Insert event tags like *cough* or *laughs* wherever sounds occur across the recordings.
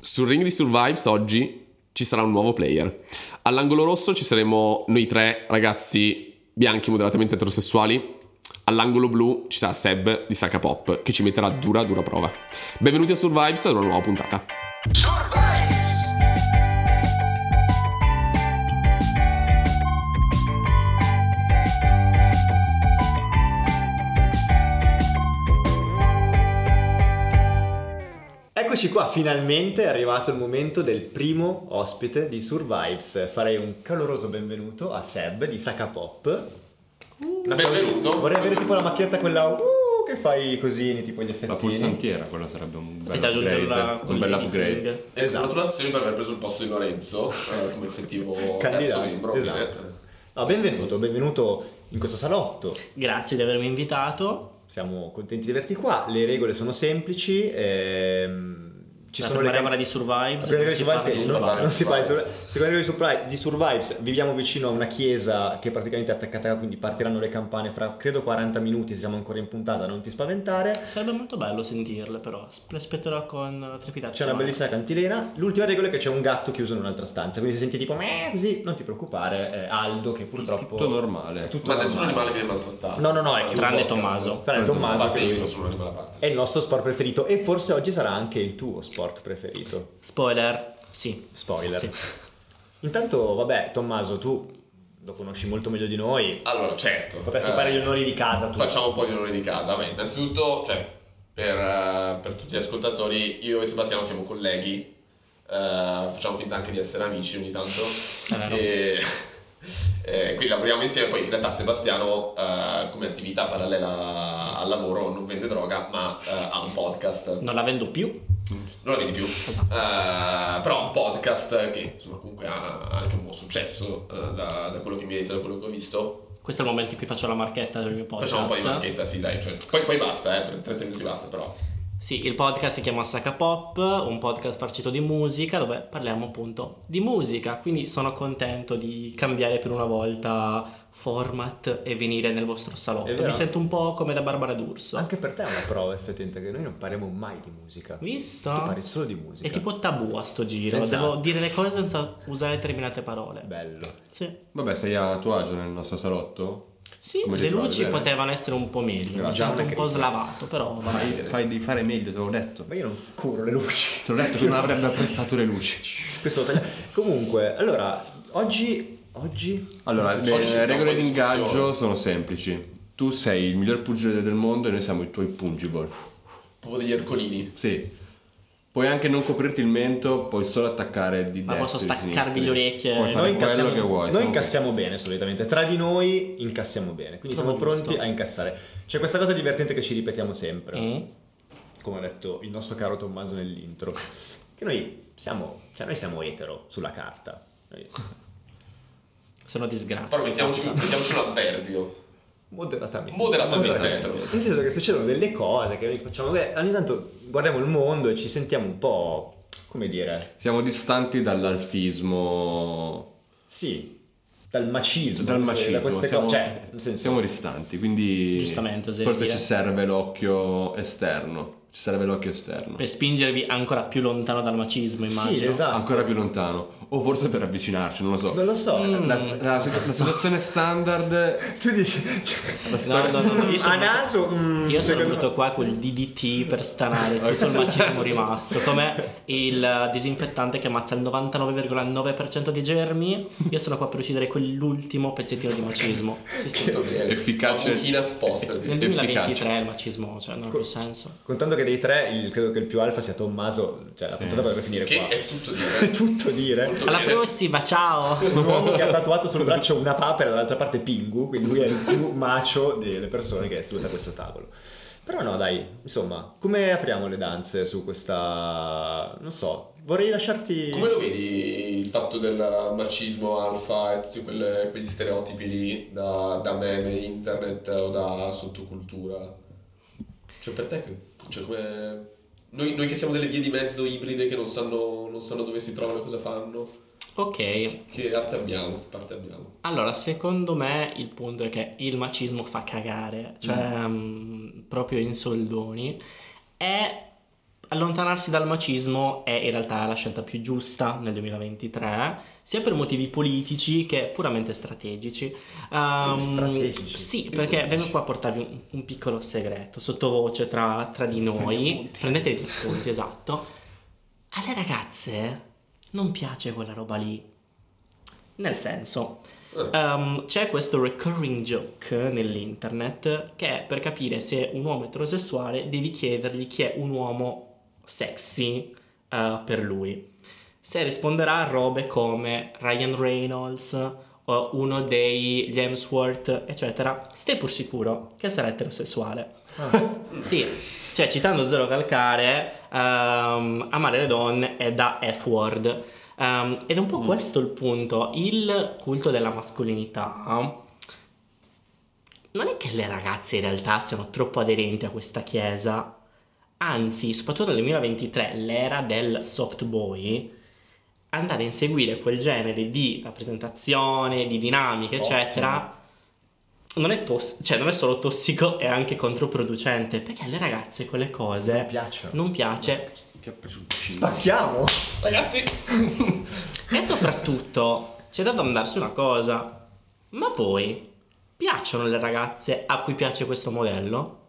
Sul ring di Survives oggi ci sarà un nuovo player. All'angolo rosso ci saremo noi tre ragazzi bianchi moderatamente eterosessuali. All'angolo blu ci sarà Seb di Saka Pop che ci metterà dura dura prova. Benvenuti a Survives ad una nuova puntata. Eccoci qua, finalmente è arrivato il momento del primo ospite di Survives. Farei un caloroso benvenuto a Seb di Saka Pop. Una cosa- Benvenuto. Vorrei avere tipo la macchietta quella uh, che fai così, tipo gli La effetti. pulsantiera, quello sarebbe un Ti bel aggiungere la upgrade. Un bel upgrade. E Esatto. Congratulazioni per aver preso il posto di Lorenzo eh, come effettivo terzo Candidato, membro. esatto. ovviamente. No, benvenuto, benvenuto in questo salotto. Grazie di avermi invitato. Siamo contenti di averti qua. Le regole sono semplici. ehm, ci La sono le prima regola can- di Survives. La prima regola di si parla Survives di è non- Survives. non si parla di Survives. Survives. Seconda regola di Survives- di Survives, viviamo vicino a una chiesa che è praticamente attaccata, quindi partiranno le campane fra credo 40 minuti, siamo ancora in puntata, non ti spaventare. Sarebbe molto bello sentirle, però. Sp- Aspetterò con trepidazione. C'è una bellissima cantilena. L'ultima regola è che c'è un gatto chiuso in un'altra stanza, quindi se senti tipo "Meh", così, non ti preoccupare, è Aldo che purtroppo Tutto normale. è tutto Ma nessun normale. animale viene maltrattato. No, no, no, è Un chiuso. Grande podcast. Tommaso. Tranne Tommaso Infatti io che non sono un animale a parte. è il nostro sport preferito e forse oggi sarà anche il tuo sport preferito. Spoiler. Sì. Spoiler. Sì. Intanto, vabbè, Tommaso, tu lo conosci molto meglio di noi. Allora, certo. Potresti eh, fare gli onori di casa tu. Facciamo un po' di onore di casa. Vabbè, innanzitutto, cioè, per, eh, per tutti gli ascoltatori, io e Sebastiano siamo colleghi. eh, facciamo finta anche di essere amici ogni tanto. vero. E, *laughs* e quindi lavoriamo insieme. Poi in realtà Sebastiano, eh, come attività parallela al lavoro, non vende droga, ma eh, ha un podcast. Non la vendo più. non la vedi più. Eh, però è un podcast che insomma comunque ha anche un buon successo eh, da, da quello che mi hai detto, da quello che ho visto. Questo è il momento in cui faccio la marchetta del mio podcast. Facciamo un po' di marchetta, sì, dai. cioè, poi, poi basta, eh, per 30 minuti basta, però. Sì, il podcast si chiama Saka Pop, un podcast farcito di musica dove parliamo appunto di musica, quindi sono contento di cambiare per una volta format e venire nel vostro È salotto. vero. Mi sento un po' come la Barbara D'Urso. Anche per te è una prova effettivamente che noi non parliamo mai di musica. Visto? Tu parli solo di musica. È tipo tabù a sto giro, Esatto. devo dire le cose senza usare determinate parole. bello. Sì. Vabbè, sei a tuo agio nel nostro salotto? Sì, Come ti le trovi, luci bene? potevano essere un po' meglio, mi Grazie. sono un po' Una critica. slavato, però vabbè. Fai, fai di fare meglio, te l'ho detto. Ma io non curo le luci. *laughs* Te l'ho detto che non avrebbe apprezzato le luci. Questo lo tagliamo. Comunque, allora, oggi oggi Allora, Oggi ci le mettiamo regole un po' di di ingaggio discussione. sono semplici. Tu sei il miglior pugile del mondo e noi siamo i tuoi pungible. Proprio degli ercolini. Sì. Puoi anche non coprirti il mento, puoi solo attaccare di Ma destra. posso di staccarvi sinistra. le orecchie? Puoi fare noi Noi quello incassiamo, che vuoi. noi siamo- incassiamo bene solitamente, tra di noi incassiamo bene, quindi Trovo siamo pronti giusto. a incassare. C'è questa cosa divertente che ci ripetiamo sempre, Mm. come ha detto il nostro caro Tommaso nell'intro, che noi siamo, cioè noi siamo etero sulla carta. Noi- Sono disgrazia. Però mettiamoci, mettiamoci un avverbio. Moderatamente. Moderatamente etero. Nel senso che succedono delle cose che noi facciamo. Beh, ogni tanto guardiamo il mondo e ci sentiamo un po'. come dire. Siamo distanti dall'alfismo Sì. Dal macismo. dal sì, macismo Da queste siamo, cose. Cioè, nel senso. siamo distanti quindi Giustamente, oserei forse dire. ci serve l'occhio esterno ci serve l'occhio esterno Per spingervi ancora più lontano dal macismo, immagino. sì, esatto. ancora più lontano o forse per avvicinarci non lo so Non lo Mm. so. la, la- la situazione *laughs* cioè, standard Tu dici. la No, storia no, no, no, io sono, a naso. mm, io sono secondo- venuto qua col DDT per stanare tutto il macismo rimasto, *laughs* come il disinfettante che ammazza il 99,9% dei germi. Io sono qua per uccidere quell'ultimo pezzettino di macismo. Sì, sì. Tutto bene. Efficace. La mucchina spostati. Nel 2023 efficace. il macismo, cioè, non ha più senso. Contando che dei tre, il- credo che il più alfa sia Tommaso. Cioè, la puntata potrebbe finire Che qua. è tutto di *laughs* *laughs* È tutto dire. Molto Alla bene. prossima, ciao! *laughs* un uomo che ha tatuato sul braccio una papera, dall'altra parte Pingu, quindi lui è il più macio delle persone che è seduto a questo tavolo. Però no, dai, insomma, come apriamo le danze su questa... non so, vorrei lasciarti... Come lo vedi il fatto del macismo alfa e tutti quelle- quegli stereotipi lì da, da meme, internet o da sottocultura? Cioè per te, che- cioè come... Noi, noi che siamo delle vie di mezzo ibride che non sanno, non sanno dove si trovano, cosa fanno, Ok, che arte abbiamo, che parte abbiamo. Allora, secondo me il punto è che il macismo fa cagare, cioè mm, proprio in soldoni. È allontanarsi dal macismo è in realtà la scelta più giusta nel 2023, sia per motivi politici che puramente strategici. Ehm, Strategici. Sì, perché vengo qua a portarvi un, un piccolo segreto sottovoce tra, tra di noi. Prendete gli spunti, esatto. Alle ragazze non piace quella roba lì. Nel senso, ehm, c'è questo recurring joke nell'internet che è per capire se un uomo è eterosessuale devi chiedergli chi è un uomo sexy eh, per lui. Se risponderà a robe come Ryan Reynolds o uno degli Hemsworth, eccetera, stai pur sicuro che sarà eterosessuale. Sì, cioè citando Zero Calcare, ehm, amare le donne è da F-word. Ehm, ed è un po' questo il punto, il culto della mascolinità. Non è che le ragazze in realtà siano troppo aderenti a questa chiesa, anzi, soprattutto nel 2023, l'era del soft boy, andare a inseguire quel genere di rappresentazione, di dinamiche, eccetera, non è, tos- cioè, non è solo tossico, è anche controproducente, perché alle ragazze quelle cose non, piacciono. piace. Che ha preso il cibo. Spacchiamo! Ragazzi, E soprattutto c'è da domandarsi una cosa, ma voi piacciono le ragazze a cui piace questo modello?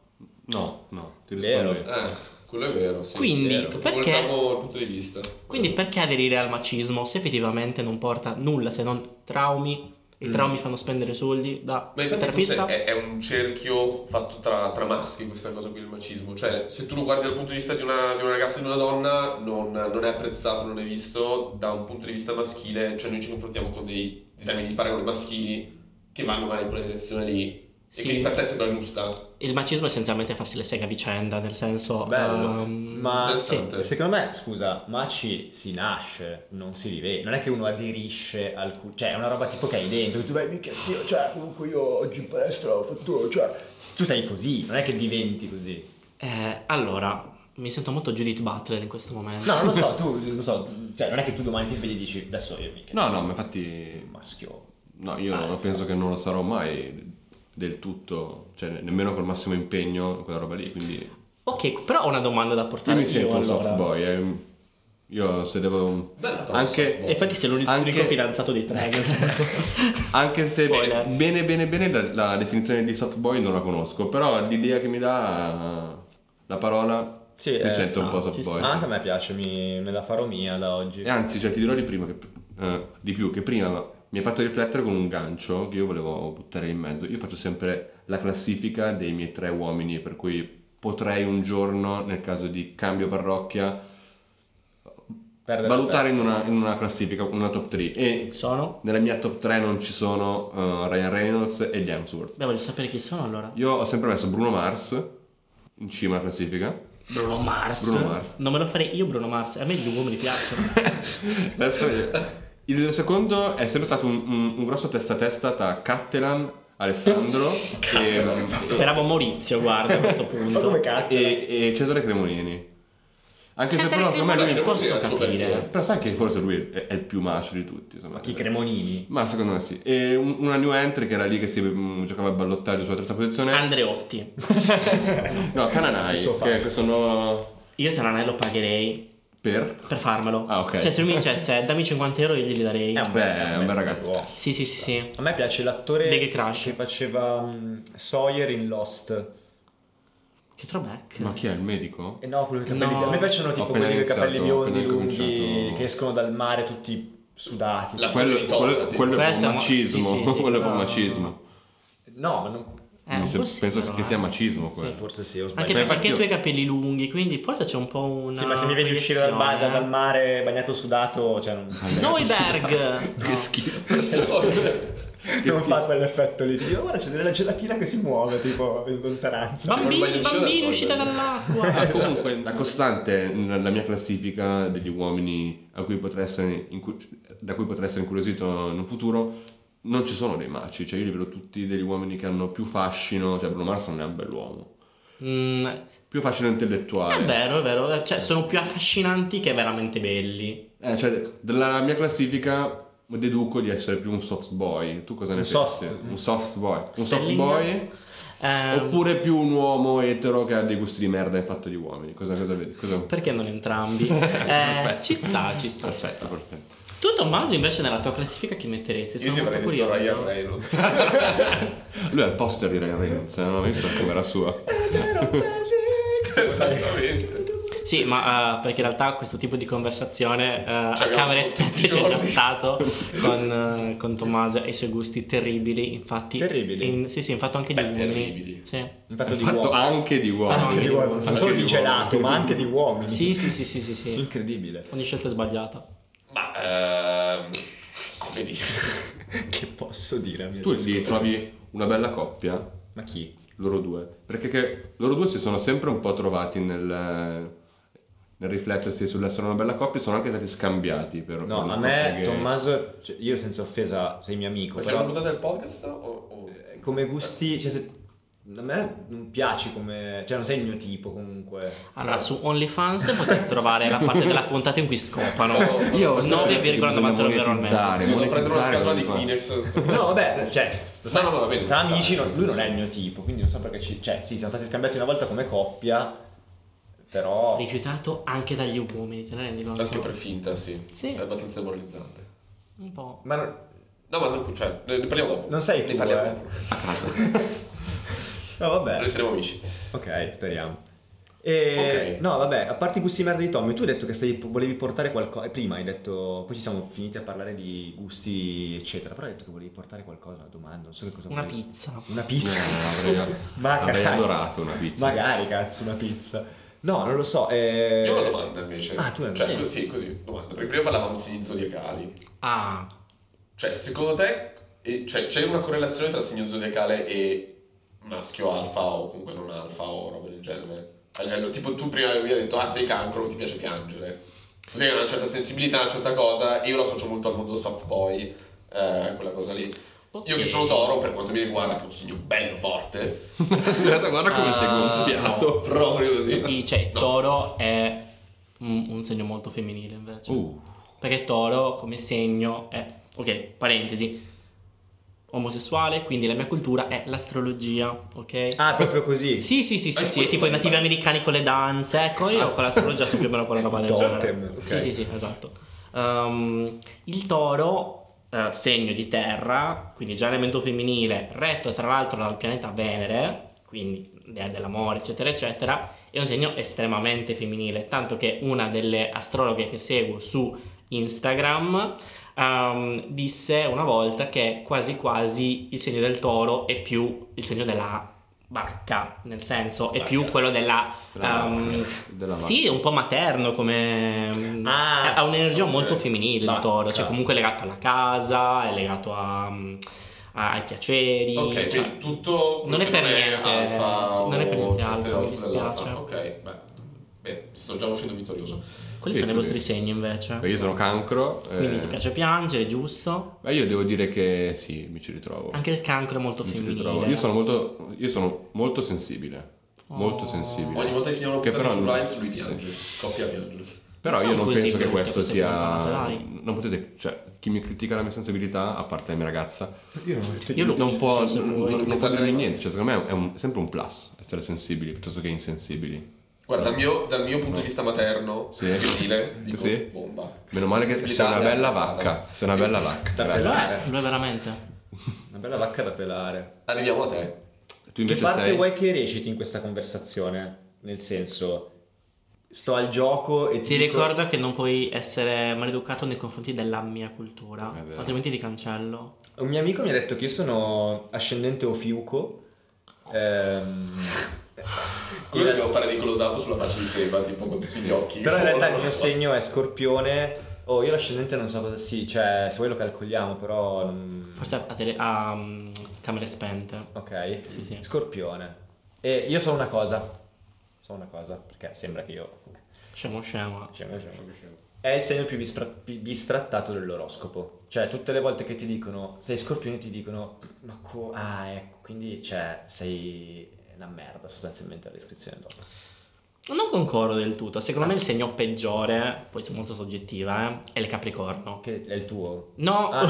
No, no, ti Vero. rispondo io. eh, quello è vero. Sì. Quindi, Vero. perché- Voltiamo il punto di vista. Quindi perché aderire al macismo se effettivamente non porta nulla se non traumi? I traumi fanno spendere soldi da Ma infatti forse terapista? è, è un cerchio fatto tra, tra maschi questa cosa qui, il macismo. Cioè, se tu lo guardi dal punto di vista di una, di una ragazza e di una donna, non, non è apprezzato, non è visto da un punto di vista maschile. Cioè, noi ci confrontiamo con dei, dei termini di paragone maschili che vanno magari in quella direzione lì. E Sì. quindi per te sembra giusta. Il macismo è essenzialmente farsi le seghe a vicenda, nel senso... Oh, Bello. ehm, Ma Interessante. sì, secondo me, scusa, maci si nasce, non si vive. Non è che uno aderisce al cu- Cioè, è una roba tipo che hai dentro. che Tu vai, minchia, zio, cioè, comunque io oggi in palestra ho fatto. Cioè. Tu sei così, non è che diventi così. eh, allora, mi sento molto Judith Butler in questo momento. No, non lo *laughs* so, tu non lo so. Cioè, non è che tu domani ti svegli e dici adesso io mica. No, no, ma infatti... Maschio. No, io Ah, penso che non lo sarò mai del tutto, cioè ne- nemmeno col massimo impegno, quella roba lì, quindi... Ok, però ho una domanda da portare Io mi io, sento un allora. soft boy. eh. Io se devo. Bella boh. parola, soft Anche, boy. E infatti sei l'unico Anche- fidanzato dei tre, nel senso. anche se Spoiler. bene, bene, bene, la, la definizione di soft boy non la conosco, però l'idea che mi dà eh, la parola Sì, mi eh, sento sta, un po' soft ci boy. Ah, sì. anche a me piace, mi, me la farò mia da oggi. E anzi, cioè, ti dirò di, prima che, eh, di più che prima mi ha fatto riflettere con un gancio che io volevo buttare in mezzo. Io faccio sempre la classifica dei miei tre uomini, per cui potrei un giorno, nel caso di cambio parrocchia, Eh, Perdere la valutare in testa. una, in una classifica, una top 3. E *laughs* sono? Nella mia top 3 non ci sono eh, Ryan Reynolds e gli Hemsworth. Beh, voglio sapere chi sono allora. Io ho sempre messo Bruno Mars in cima alla classifica. Bruno Mars. Bruno Mars. Non me lo farei io Bruno Mars, a me gli uomini piacciono. Adesso vediamo. Il secondo è sempre stato un, un- un grosso testa a testa tra Cattelan, Alessandro e, Speravo Maurizio, guarda, a questo Ma come punto. cazzo? e- e Cesare Cremonini. Anche se Cesare però secondo me lui Cremonini, posso è super capire. figo. Però sai che forse lui è, è il più macio di tutti. insomma. Chi Cremonini? Ma secondo me sì. E un- una new entry che era lì che si mm, giocava al ballottaggio sulla terza posizione. Andreotti. No, Cananai, Il suo fan. che sono Io Tananai lo pagherei per... per farmelo. Ah, ok. Cioè, se lui mi dicesse dammi 50 euro, io glieli darei. È un Beh, è un bel ragazzo. ragazzo. Sì, sì, sì, sì. A me piace l'attore Big Crush. che faceva mm, Sawyer in Lost. Che throwback. Ma chi è il medico? E no, quello con i capelli No. biondi. A me piacciono Ho tipo appena quelli con i capelli iniziato, ho biondi appena lunghi cominciato. che escono dal mare tutti sudati. La- Quello, quello, quello è Questo con è mo- macismo. sì, sì, sì, *laughs* quello è con no. macismo. No, ma non- Eh, Mi un se- po' sì, penso però, che eh. sia macismo *laughs* quello. forse sì, ho sbagliato. Anche Ma perché infatti tu io- hai i capelli lunghi, quindi forse c'è un po' una. Sì, ma se mi vedi uscire dal, ba- proiezione, dal eh. mare bagnato sudato, cioè non, non Zoidberg! No. *laughs* Che schifo. fa quell'effetto lì. Tipo, guarda, c'è della gelatina che si muove, tipo in lontananza. Cioè, Bambini, voglio uscire da bambini, Zoidberg. uscite dall'acqua! Ah, comunque, la costante nella mia classifica degli uomini a cui potrei essere in cui- da cui potrei essere incuriosito in un futuro non ci sono dei maci. Cioè, io li vedo tutti degli uomini che hanno più fascino. Cioè, Bruno Mars non è un bell'uomo. Mm, Più fascino intellettuale. eh. è vero, è vero. Cioè, sono più affascinanti che veramente belli. Eh, cioè, della mia classifica deduco di essere più un soft boy. Tu cosa ne Un pensi? soft- un soft boy. Un soft Spelling? boy? Ehm, Oppure più un uomo etero che ha dei gusti di merda e fatto di uomini? Cosa, cosa vedi? Cosa... Perché *laughs* non entrambi? Eh, ci sta, ci sta. ci Perfetto, sta. perfetto. Tu, Tommaso, invece, nella tua classifica chi metteresti? Io Sono ti avrei molto detto curioso. Ryan Reynolds. *laughs* Lui è il poster di Ryan Reynolds, eh, non ho mai visto come era sua. Esattamente. Sì, ma eh, perché in realtà questo tipo di conversazione eh, a abbiamo camere tutti i spente c'è giorni. già *laughs* stato con, eh, con Tommaso e i suoi gusti terribili, infatti... Terribili? in- sì, sì, infatti anche di Beh, uomini. terribili. Mm. Sì. Infatti È di fatto uomini. anche di uomini. Ah, Anche di uomini. Non Anche solo di uomini. gelato, ma anche di uomini. sì, sì, sì, sì, *laughs* sì, sì. Incredibile. Ogni scelta è sbagliata. Ma ehm, come dire? Che posso dire, amico? Tu sì, trovi una bella coppia, Ma chi? loro due, perché che loro due si sono sempre un po' trovati nel, nel riflettersi sull'essere una bella coppia, sono anche stati scambiati per per No, una a coppia me gay. Tommaso, cioè, io senza offesa sei mio amico, Ma siamo però una puntata del podcast o... o- come gusti, cioè se a me non piaci come, cioè non sei il mio tipo comunque. Allora, su OnlyFans potete trovare la parte della puntata in cui scopano. No, Io questo è 9,99 euro al mese. monetizzare. Io devo prendere una scatola di come fa? Kleenex. No, vabbè, cioè No, no, ma va bene. Tra ci sta, amici, cioè, no, nel lui non è senso- il mio tipo, quindi non so perché ci... Cioè, sì, siamo stati scambiati una volta come coppia, però... Rifiutato anche dagli uomini, te ne rendi conto? Anche per finta, sì. Sì. È abbastanza demoralizzante. Un po'. Ma no- No, ma tranquillo, cioè, ne ne parliamo dopo. Non sei ne tu, parliamo eh. dopo. no, vabbè. Resteremo amici. Ok, speriamo. E, Ok. No, vabbè, a parte i gusti merda di Tommy, tu hai detto che stavi- volevi portare qualcosa... Prima hai detto... Poi ci siamo finiti a parlare di gusti, eccetera, però hai detto che volevi portare qualcosa, una domanda, non so che cosa Una volevi- pizza. Una pizza? *laughs* *laughs* No, avrei- Ma Avrei cazzo. adorato una pizza. Magari, cazzo, una pizza. No, non lo so. eh, Io ho una domanda invece. Ah, tu hai una Cioè, domanda. così, così, domanda. Perché prima parlavamo di zodiacali. Ah, Cioè, secondo te eh, cioè, c'è una correlazione tra segno zodiacale e maschio alfa o comunque non alfa o roba del genere? A livello, tipo tu prima mi hai detto, ah sei cancro, ti piace piangere. Tu hai una certa sensibilità, una certa cosa, e io lo associo molto al mondo soft boy, eh, quella cosa lì. Io che Ok. sono toro, per quanto mi riguarda, che è un segno bello forte, *laughs* Guarda, guarda come sei Ah, gonfiato. proprio *laughs* così. i- cioè, il toro è un, un segno molto femminile invece. Uh, Perché toro come segno è... Ok, parentesi. Omosessuale, quindi la mia cultura è l'astrologia, ok? Ah, proprio così. Sì, sì, sì, sì, Eh, sì, questo tipo i mi nativi pare. americani con le danze, ecco, io con l'astrologia so più o meno quella roba del Totem, genere. ok. Sì, sì, sì, esatto. Ehm, il toro, eh, segno di terra, quindi già elemento femminile, retto tra l'altro dal pianeta Venere, quindi dea dell'amore, eccetera, eccetera, è un segno estremamente femminile, tanto che una delle astrologhe che seguo su Instagram ehm, disse una volta che quasi quasi il segno del toro è più il segno della vacca, nel senso è Vacca. più quello della... Della ehm, vacca, della sì, è un po' materno come... Ah, ha un'energia ok. molto femminile il Vacca. toro, cioè comunque è legato alla casa, è legato a, a- ai piaceri. Ok, cioè- quindi tutto non è per niente- alfa sì, non è per o niente c'è alfa, stereotipo mi dell'alfa. dispiace. Ok, beh, beh, sto già uscendo vittorioso. Quali Sì, sono i quindi- vostri segni invece? io sono cancro. eh, Quindi ti piace piangere, giusto? ma io devo dire che sì, mi ci ritrovo. Anche il cancro è molto Mi ci femminile. ritrovo. Io sono molto, io sono molto sensibile. Oh. Molto sensibile. Ogni volta che finiamo Che una puntata su però- Rhymes lui sì. piange, scoppia a piangere. Però Non io sono Diciamo non così penso che brutte questo queste sia. puntate, dai. non potete. Cioè, chi mi critica la mia sensibilità, a parte la mia ragazza, Io non ho detto Io lo non può. se Non, vuoi. non può Pensate- dire niente. Cioè, secondo me è un- sempre un plus essere sensibili piuttosto che insensibili. Guarda, dal mio, dal mio punto di vista materno, Sì. femminile, dico Sì. bomba. Meno male che sei Sensibilità una bella apprezzata. vacca. Sei una bella vacca. Da Grazie. pelare. Lui è veramente. Una bella vacca da pelare. Arriviamo a te. Tu invece che parte sei. vuoi che reciti in questa conversazione? Nel senso, sto al gioco e ti, Ti dico- ricordo che non puoi essere maleducato nei confronti della mia cultura, È vero. altrimenti ti cancello. Un mio amico mi ha detto che io sono ascendente Ofiuco. Ehm... Quello dobbiamo fare dei close up sulla faccia di Seba, tipo con tutti gli occhi. Però in realtà il *laughs* Non mio lo so. segno è scorpione. Oh, io l'ascendente non so cosa sì, cioè se vuoi lo calcoliamo, però... mm, Forse a, tele- a, mm, camere spente. Ok. Sì, sì. Scorpione. E io sono una cosa. Sono una cosa, perché sembra che io... Scemo scemo. Cioè, È il segno più bispra- bi- bistrattato dell'oroscopo. Cioè, tutte le volte che ti dicono sei scorpione, ti dicono ma co- ah, ecco, quindi cioè, sei una merda sostanzialmente la descrizione dopo. Non concordo del tutto. Secondo Ah. me il segno peggiore, poi sono molto soggettiva, eh, è il Capricorno. Che è il tuo. No, *laughs* Ah,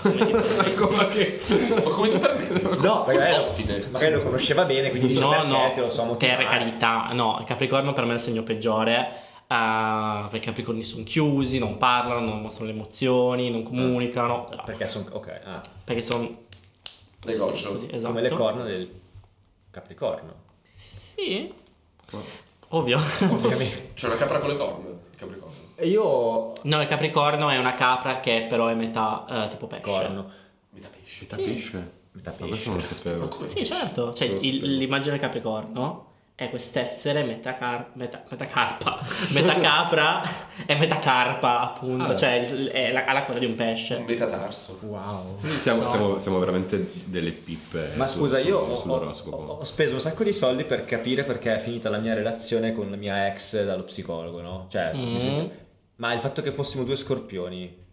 Come dire? Ma *laughs* che- ma come ti *laughs* permette? No, perché ospite. magari lo conosceva bene, quindi dice no, perché no, te lo so motivare. per carità, no, il Capricorno per me è il segno peggiore. eh, perché i Capricorni sono chiusi, non parlano, non mostrano le emozioni, non comunicano. eh, Perché sono... ok, ah, Perché sono. Le goccio. Così, esatto. come le corna del *laughs* Capricorno. Sì. Ovvio. Ovviamente. C'è una capra con le corna, il capricorno. E Io... *laughs* No, il Capricorno è una capra che però è metà eh, tipo pesce. Corno. Metà pesce. Metà Sì. pesce. Metà Ma pesce. questo non lo sapevo. Ma come Sì, certo. Cioè, Non lo il- sapevo. l'immagine del Capricorno è quest'essere metà, car- metà, metà carpa, *laughs* metà capra e metà carpa, appunto. Ah. Cioè, il- è la, ha la coda di un pesce. Metatarso. Wow. Siamo, siamo- siamo veramente delle pippe. Ma su- scusa, su- io su- ho, sull'oroscopo. ho- ho speso un sacco di soldi per capire perché è finita la mia relazione con la mia ex dallo psicologo, no? Cioè, Mm. mi sento- ma il fatto che fossimo due scorpioni,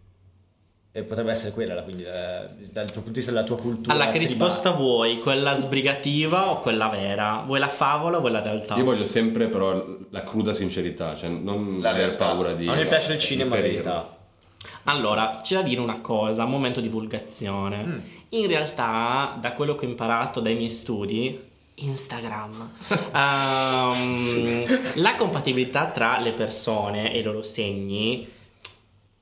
e potrebbe essere quella, la- quindi, eh, dal tuo punto di vista della tua cultura. Allora, che tribale. risposta vuoi? Quella sbrigativa o quella vera? Vuoi la favola o vuoi la realtà? Io voglio sempre però la cruda sincerità, cioè non La aver realtà. paura di... A me piace il di cinema, la ferirlo. verità. Allora, c'è da dire una cosa, momento divulgazione. Mm. In realtà, da quello che ho imparato dai miei studi, *laughs* Instagram, ehm, la compatibilità tra le persone e i loro segni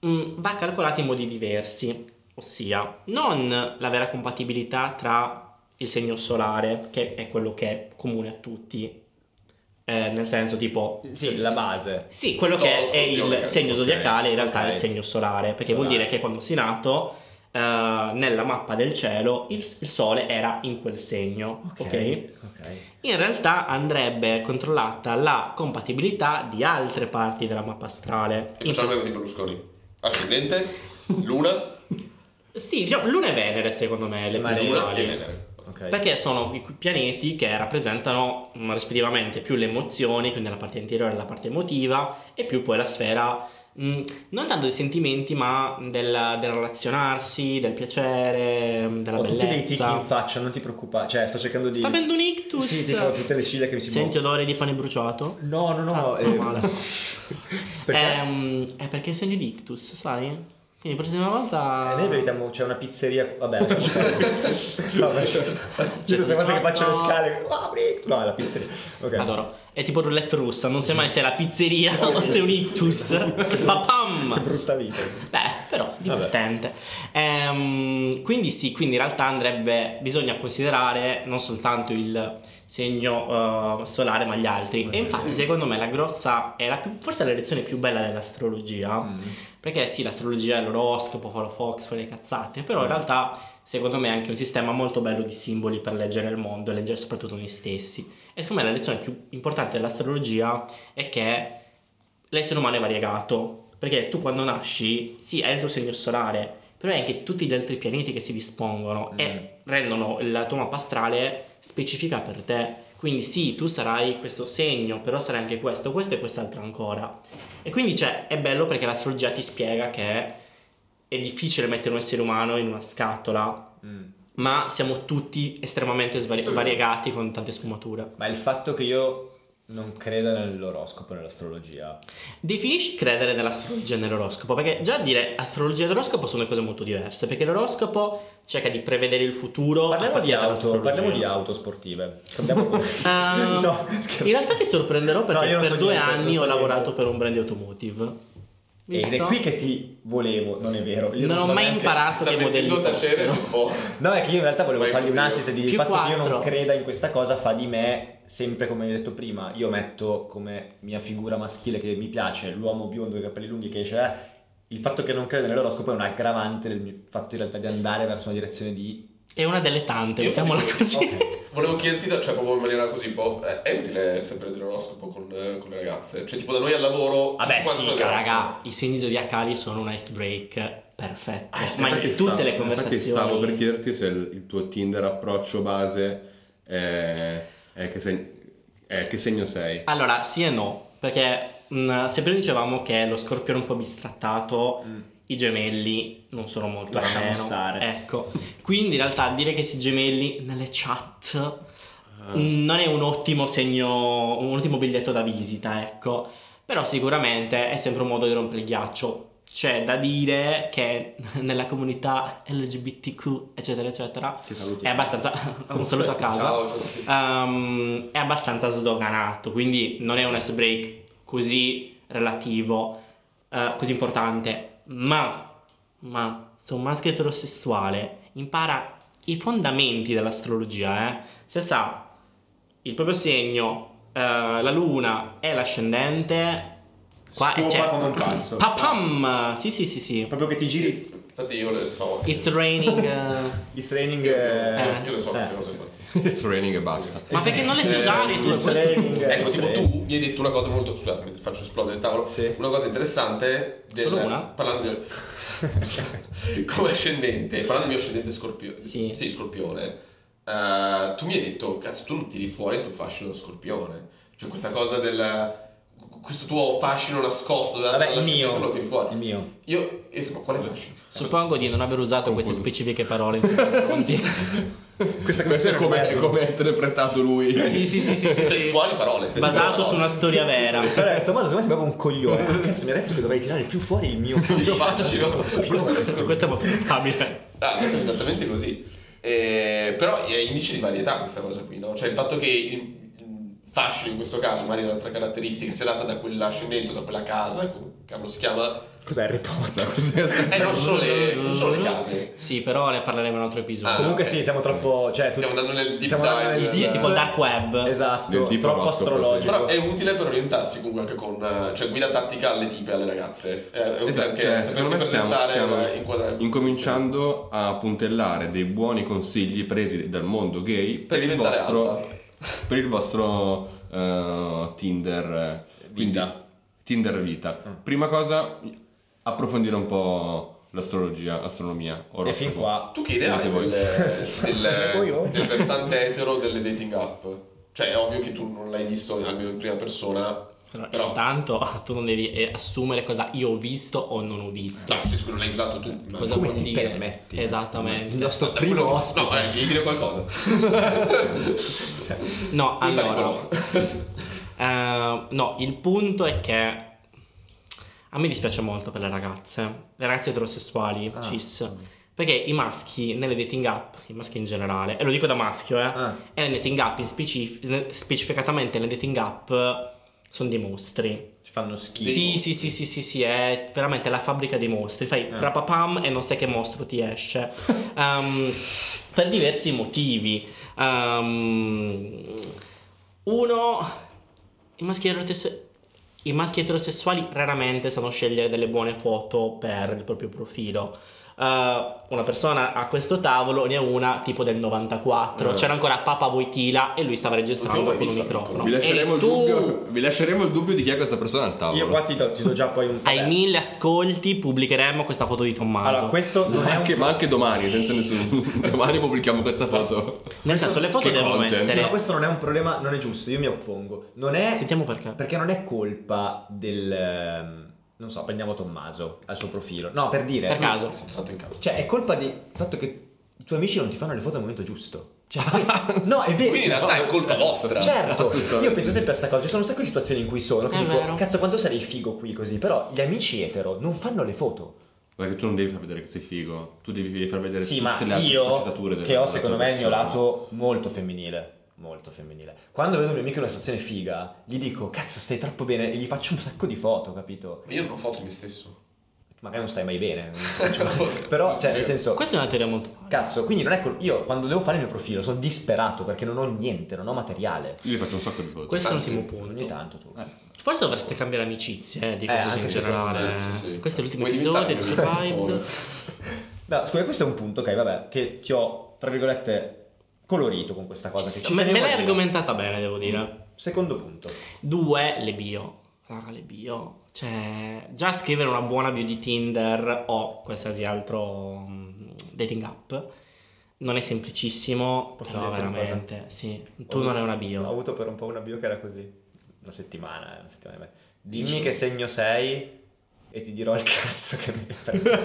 mm, va calcolata in modi diversi, ossia non la vera compatibilità tra il segno solare, che è quello che è comune a tutti, eh, nel senso tipo Sì, la base. sì, quello che è, è il Zodiaco, segno ok, zodiacale in realtà ok. è il segno solare, perché vuol Solare. dire che quando sei nato eh, nella mappa del cielo il, il sole era in quel segno, ok? ok. In realtà andrebbe controllata la compatibilità di altre parti della mappa astrale. E facciamo il di Berlusconi. Ascendente, luna, Sì, diciamo Luna e Venere secondo me le Ma più luna uguali. e Venere. ok. Perché sono i pianeti che rappresentano mh, rispettivamente più le emozioni, quindi la parte interiore e la parte emotiva, e più poi la sfera mh, non tanto dei sentimenti, ma del, del relazionarsi, del piacere, mh, della Ho tutti bellezza. dei tic in faccia, non ti preoccupare. Cioè, sto cercando di. Sta avendo un ictus. Sì, tipo tutte le ciglia che mi si Senti odore di pane bruciato? No, no, no. Ah, eh, meno male. *laughs* perché? Ehm, è perché è segno di ictus, sai? Quindi prossima volta... Eh, noi abitiamo, c'è una pizzeria, vabbè, *laughs* ciao, vabbè. Cioè, tutte le volte che faccio le No. scale, "Ah, apri!" no, è la pizzeria, ok. Adoro. È tipo roulette russa, non sai mai se è la pizzeria o se è un *laughs* ictus. Papam! Che brutta vita. Beh, però divertente. Ehm, quindi sì, quindi in realtà andrebbe, bisogna considerare non soltanto il segno eh, solare ma gli altri. E infatti secondo me la grossa è la più, forse è la lezione più bella dell'astrologia. Mm. Perché sì, l'astrologia è l'oroscopo, fa lo Fox, fa le cazzate, però in realtà secondo me è anche un sistema molto bello di simboli per leggere il mondo e leggere soprattutto noi stessi. E secondo me la lezione più importante dell'astrologia è che l'essere umano è variegato. Perché tu quando nasci, sì, hai il tuo segno solare, però hai anche tutti gli altri pianeti che si dispongono e rendono la tua mappa astrale specifica per te. Quindi sì, tu sarai questo segno, però sarai anche questo, questo e quest'altro ancora. E quindi cioè, è bello perché l'astrologia ti spiega che è difficile mettere un essere umano in una scatola, Mm. ma siamo tutti estremamente svari- Sì. variegati con tante sfumature. Ma il fatto che io non creda nell'oroscopo, nell'astrologia, Definisci credere nell'astrologia e nell'oroscopo, perché già dire astrologia ed oroscopo sono cose molto diverse, perché l'oroscopo cerca di prevedere il futuro. a parliamo di partire auto, dall'astrologia. parliamo di auto sportive. *laughs* Cambiamo- Ehm, no, scherzo. in realtà ti sorprenderò perché No, io non per so due niente, non anni so ho lavorato niente. per un brand di automotive. Ed Visto? è qui che ti volevo, non è vero. Io non, so ho mai neanche- imparato Sta che modelli mettendo a tacere oh. fossero. un po'. No, è che io in realtà volevo Vai fargli con un Dio. assist e dirgli il Più fatto che io non quattro. creda in questa cosa fa di me, sempre come vi ho detto prima, io metto come mia figura maschile che mi piace, l'uomo biondo, i capelli lunghi che esce, eh, il fatto che non credo nell'oroscopo è un aggravante del mio fatto in realtà di andare verso una direzione di... È una delle tante, Io mettiamola così. Ok. Volevo chiederti, da- cioè proprio in maniera così un po', eh, è utile sempre vedere l'oroscopo con, eh, con le ragazze? Cioè tipo da noi al lavoro... Vabbè, tutti quanti sì, sono diversi. Raga, i segni zodiacali sono un icebreak perfetto. Eh, sì, Ma infatti in stavo- tutte le Infatti conversazioni. stavo per chiederti se il, il tuo Tinder approccio base è, è che, seg- è che *laughs* segno sei. Allora, sì e no, perché mh, se prima dicevamo che lo scorpione è un po' bistrattato, i gemelli non sono molto da Mm. Lasciamo meno. stare. Ecco, quindi in realtà dire che si gemelli nelle chat Ah. Mm, Non è un ottimo segno, un ottimo biglietto da visita, ecco. Però sicuramente è sempre un modo di rompere il ghiaccio. C'è da dire che *laughs* nella comunità LGBTQ, eccetera, eccetera, Che saluti. è abbastanza. *laughs* un saluto a casa. Ciao, ciao. Ehm, è abbastanza sdoganato, quindi non è un ice break così relativo, eh, così importante, ma, ma se un maschio eterosessuale impara i fondamenti dell'astrologia, eh, se sa il proprio segno, eh, la luna e l'ascendente, qua Scopa è cioè, come un pazzo. Papam! Sì, sì, sì, sì. Proprio che ti giri. Infatti io le so. eh. It's *laughs* raining. eh. It's raining. Io, eh, io le so queste eh. cose qua. It's raining e basta. Ma perché non le si Eh, usate tu? It's raining, eh, Ecco, it's tipo raining. tu mi hai detto una cosa molto. Scusatemi, ti faccio esplodere il tavolo. Sì. Una cosa interessante. Del, Solo una? Parlando *laughs* del. come ascendente, parlando del mio ascendente scorpione. Sì. scorpione. eh, tu mi hai detto, cazzo, tu non tiri fuori il tuo fascino da scorpione. Cioè, questa cosa del. Questo tuo fascino nascosto da, Vabbè, il dall'ascendente mio. non lo tiri fuori. Il mio. Io, io dico, ma quale fascino? Suppongo di non aver usato queste Confuso. specifiche parole in tuoi confronti. Questa Questo è come, è come ha interpretato lui. sì, sì, sì, sì, sì, sì. Testuali parole. testuali Basato parole. su una storia vera. Sarà detto, ma secondo me sei proprio un coglione. *laughs* Ma Cazzo, mi ha detto che dovrei tirare più fuori il mio. Il mio *laughs* fascino. Questo è molto probabile. Ah, è esattamente così. Eh, però è indice di varietà questa cosa qui, no? Cioè il fatto che il, il fascino in questo caso, magari è un'altra caratteristica, sia data da quell'ascendente, o da quella casa, come cavolo si chiama, Cos'è Harry Potter? eh, non sono le, non sono le case. Sì, però ne parleremo in un altro episodio. Ah, Comunque ok. sì, siamo troppo... Cioè, tu- Stiamo andando nel deep stiamo andando dive, nel sì, deep- tipo dark web. Esatto, Del deep troppo horoscope, astrologico. Però è utile per orientarsi comunque anche con, eh, cioè guida tattica alle tipe, alle ragazze. Eh, È utile Esatto, anche cioè, sapersi secondo me stiamo- presentare, stiamo eh, inquadrare. Incominciando a puntellare dei buoni consigli presi dal mondo gay per, il diventare vostro, alfa. per il vostro eh, Tinder eh, quindi Tinder vita. Mm. Prima cosa, approfondire un po' l'astrologia, astronomia. E fin oroscopo. qua... Tu che Sì, idea anche hai voi. *laughs* del, Poi io. del, del versante etero delle dating app? Cioè, è ovvio che tu non l'hai visto almeno in prima persona, Però, Ah, però intanto *laughs* tu non devi eh, assumere cosa io ho visto o non ho visto. no, sì, scusa, non l'hai usato tu. ma- Cosa Come vuol ti dire? permetti? Esattamente. Il nostro da Ah, quello primo che- ospite. No, vai, devi dire qualcosa. Questa No, *laughs* allora. Nicolò. Eh, no, il punto è che a me dispiace molto per le ragazze, le ragazze eterosessuali, Ah. cis, perché i maschi nelle dating app, i maschi in generale, e lo dico da maschio, eh, Ah. e nelle dating app, in specif- ne- specificatamente nelle dating app, eh, sono dei mostri. Ci fanno schifo. Sì, sì, sì, sì, sì, sì, è veramente la fabbrica dei mostri. Fai Eh. rapapam e non sai che mostro ti *laughs* esce. Ehm, per diversi motivi. Ehm, uno, i maschi, eterose- i maschi eterosessuali raramente sanno scegliere delle buone foto per il proprio profilo. Eh, una persona a questo tavolo ne ha una tipo del 94. Eh. C'era ancora Papa Voitila e lui stava registrando mai con un visto, microfono. Nicola. Vi lasceremo, e il tu dubbio, vi lasceremo il dubbio di chi è questa persona al tavolo. Io qua ti do, ti do già poi un... ai mille ascolti pubblicheremo questa foto di Tommaso. Allora, questo non è un... Anche- ma anche domani, senza nessun... *laughs* domani pubblichiamo questa foto. Nel senso, le foto che devono content. Sì, ma essere. questo non è un problema, non è giusto, io mi oppongo. Non è... Sentiamo perché. Perché non è colpa del... ehm, Non so, prendiamo Tommaso al suo profilo. No, per dire... Per caso. Sono entrato in campo. Cioè, è colpa di- del fatto che i tuoi amici non ti fanno le foto al momento giusto. *laughs* Cioè, no, è vero. Quindi in cioè, realtà è colpa vostra. Certo, Assolutamente. io penso sempre a sta cosa. Ci sono un sacco di situazioni in cui sono. Che È dico, vero. cazzo, quanto sarei figo qui così. Però gli amici etero non fanno le foto. Perché tu non devi far vedere che sei figo, tu devi, devi far vedere Sì, ma tutte le altre sfaccettature io, della- che ho della secondo tua me il mio persona. lato molto femminile. Molto femminile. Quando vedo un mio amico in una situazione figa, gli dico, cazzo, stai troppo bene. E gli faccio un sacco di foto, capito? Ma io non ho foto di me stesso. Magari non stai mai bene. *laughs* Cioè, Però, cioè, nel senso. Questa è una teoria molto. Cazzo, quindi non è col- io quando devo fare il mio profilo sono disperato perché non ho niente, non ho materiale. Io gli faccio un sacco di foto. Eh, Questo è Ah, l'ultimo sì. Ogni punto. tanto tu. Forse dovreste cambiare amicizie, eh, dico Eh, così anche in se- generale. sì, sì, sì. Questo è l'ultimo Vuoi episodio di Sea diventare mio Vibes. No, scusa, questo è un punto, ok, vabbè, che ti ho, tra virgolette, colorito con questa cosa. Che ci Me, me tenevo a l'hai dire. argomentata bene, devo dire. Secondo punto. Due, le bio. Raga, le bio. Cioè, già scrivere una buona bio di Tinder o qualsiasi altro mm, dating app non è semplicissimo. Posso però dirti una cosa? veramente. Sì. Ho Tu non avuto- hai una Ho bio. avuto per un po' una bio che era così. Una settimana, eh, una settimana. e mezza. Dimmi Dici. che segno *laughs* sei e ti dirò il cazzo che mi prendo.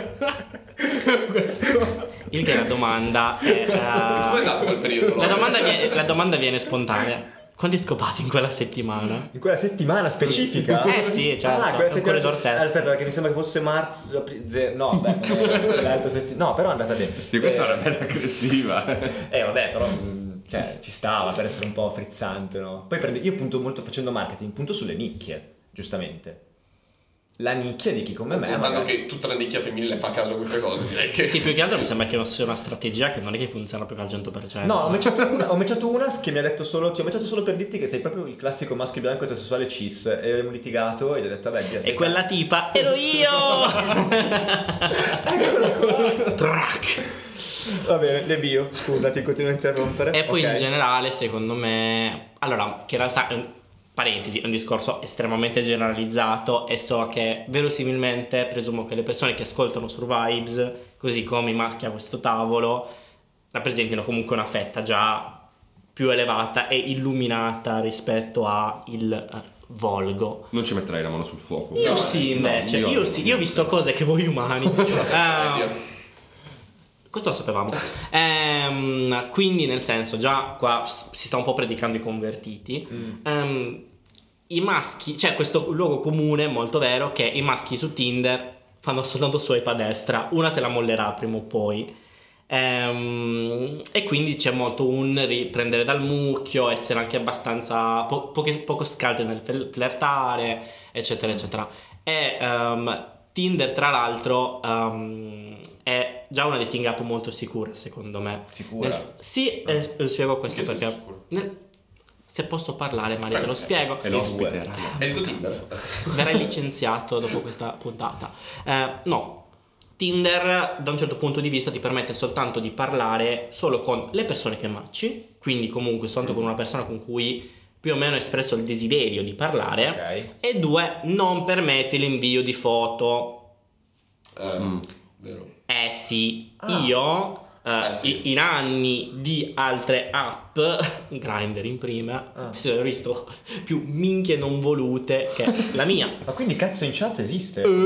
Questo Il che la domanda è... eh, *laughs* Com'è andato quel periodo? la, Lore? domanda viene, la domanda viene spontanea. Quanti scopati in quella settimana? In quella settimana specifica? Eh sì, certo, Ah, quella è un corridor settimana. test. Aspetta, perché mi sembra che fosse marzo. apri- ze- No, beh, *laughs* eh, l'altra settimana. No, però è andata bene. Sì, questa Eh, è una bella aggressiva. *laughs* Eh vabbè, però mh, cioè, ci stava per essere un po' frizzante, no? Poi prende, io punto molto facendo marketing, punto sulle nicchie, giustamente. La nicchia di chi come me Contando magari... che tutta la nicchia femminile fa caso a queste cose, direi che Sì, più che altro mi sembra che sia una strategia che non è che funziona proprio al 100%. No, ho matchato, una, ho matchato una che mi ha detto solo, ti ho matchato solo per dirti che sei proprio il classico maschio bianco eterosessuale cis e abbiamo litigato e gli ho detto vabbè zia, E stai quella tipa ero io! calma. *laughs* Eccola qua. Track! Va bene, le bio, scusa, ti continuo a interrompere. E poi Ok. in generale, secondo me, allora, che in realtà è un- parentesi, è un discorso estremamente generalizzato e so che verosimilmente presumo che le persone che ascoltano Survives, così come i maschi a questo tavolo, rappresentino comunque una fetta già più elevata e illuminata rispetto al volgo. Non ci metterai la mano sul fuoco. Io No, sì, invece, no, io io- sì, io ho visto cose che voi umani. Oddio. Ehm, questo lo sapevamo. Ehm, quindi, nel senso, già qua s- si sta un po' predicando i convertiti. Ehm, I maschi, c'è questo luogo comune molto vero che i maschi su Tinder fanno soltanto swipe a destra, una te la mollerà prima o poi. Ehm, e quindi c'è molto un riprendere dal mucchio, essere anche abbastanza po- poche- poco scaldi nel fel- flirtare, eccetera, eccetera. E ehm, Tinder, tra l'altro, ehm, è già una dating app molto sicura, secondo me. Sicura? Ah. Nel- sì, eh, lo spiego questo Che senso perché. sicura? nel- se posso parlare, Maria, te lo Eh, spiego. È l'ospite, Due. raga. è di tutto Tinder. Verrai licenziato dopo questa puntata. Eh, no, Tinder da un certo punto di vista ti permette soltanto di parlare solo con le persone che matchi, quindi comunque soltanto con una persona con cui più o meno hai espresso il desiderio di parlare. Ok. E due, non permette l'invio di foto. Eh, Mm. Vero. Eh sì, Ah. io eh, Eh sì. i- in anni di altre app, *laughs* Grindr in prima, Ah. sì, ho visto più minchie non volute *laughs* che la mia. Ma quindi cazzo in chat esiste? Eh,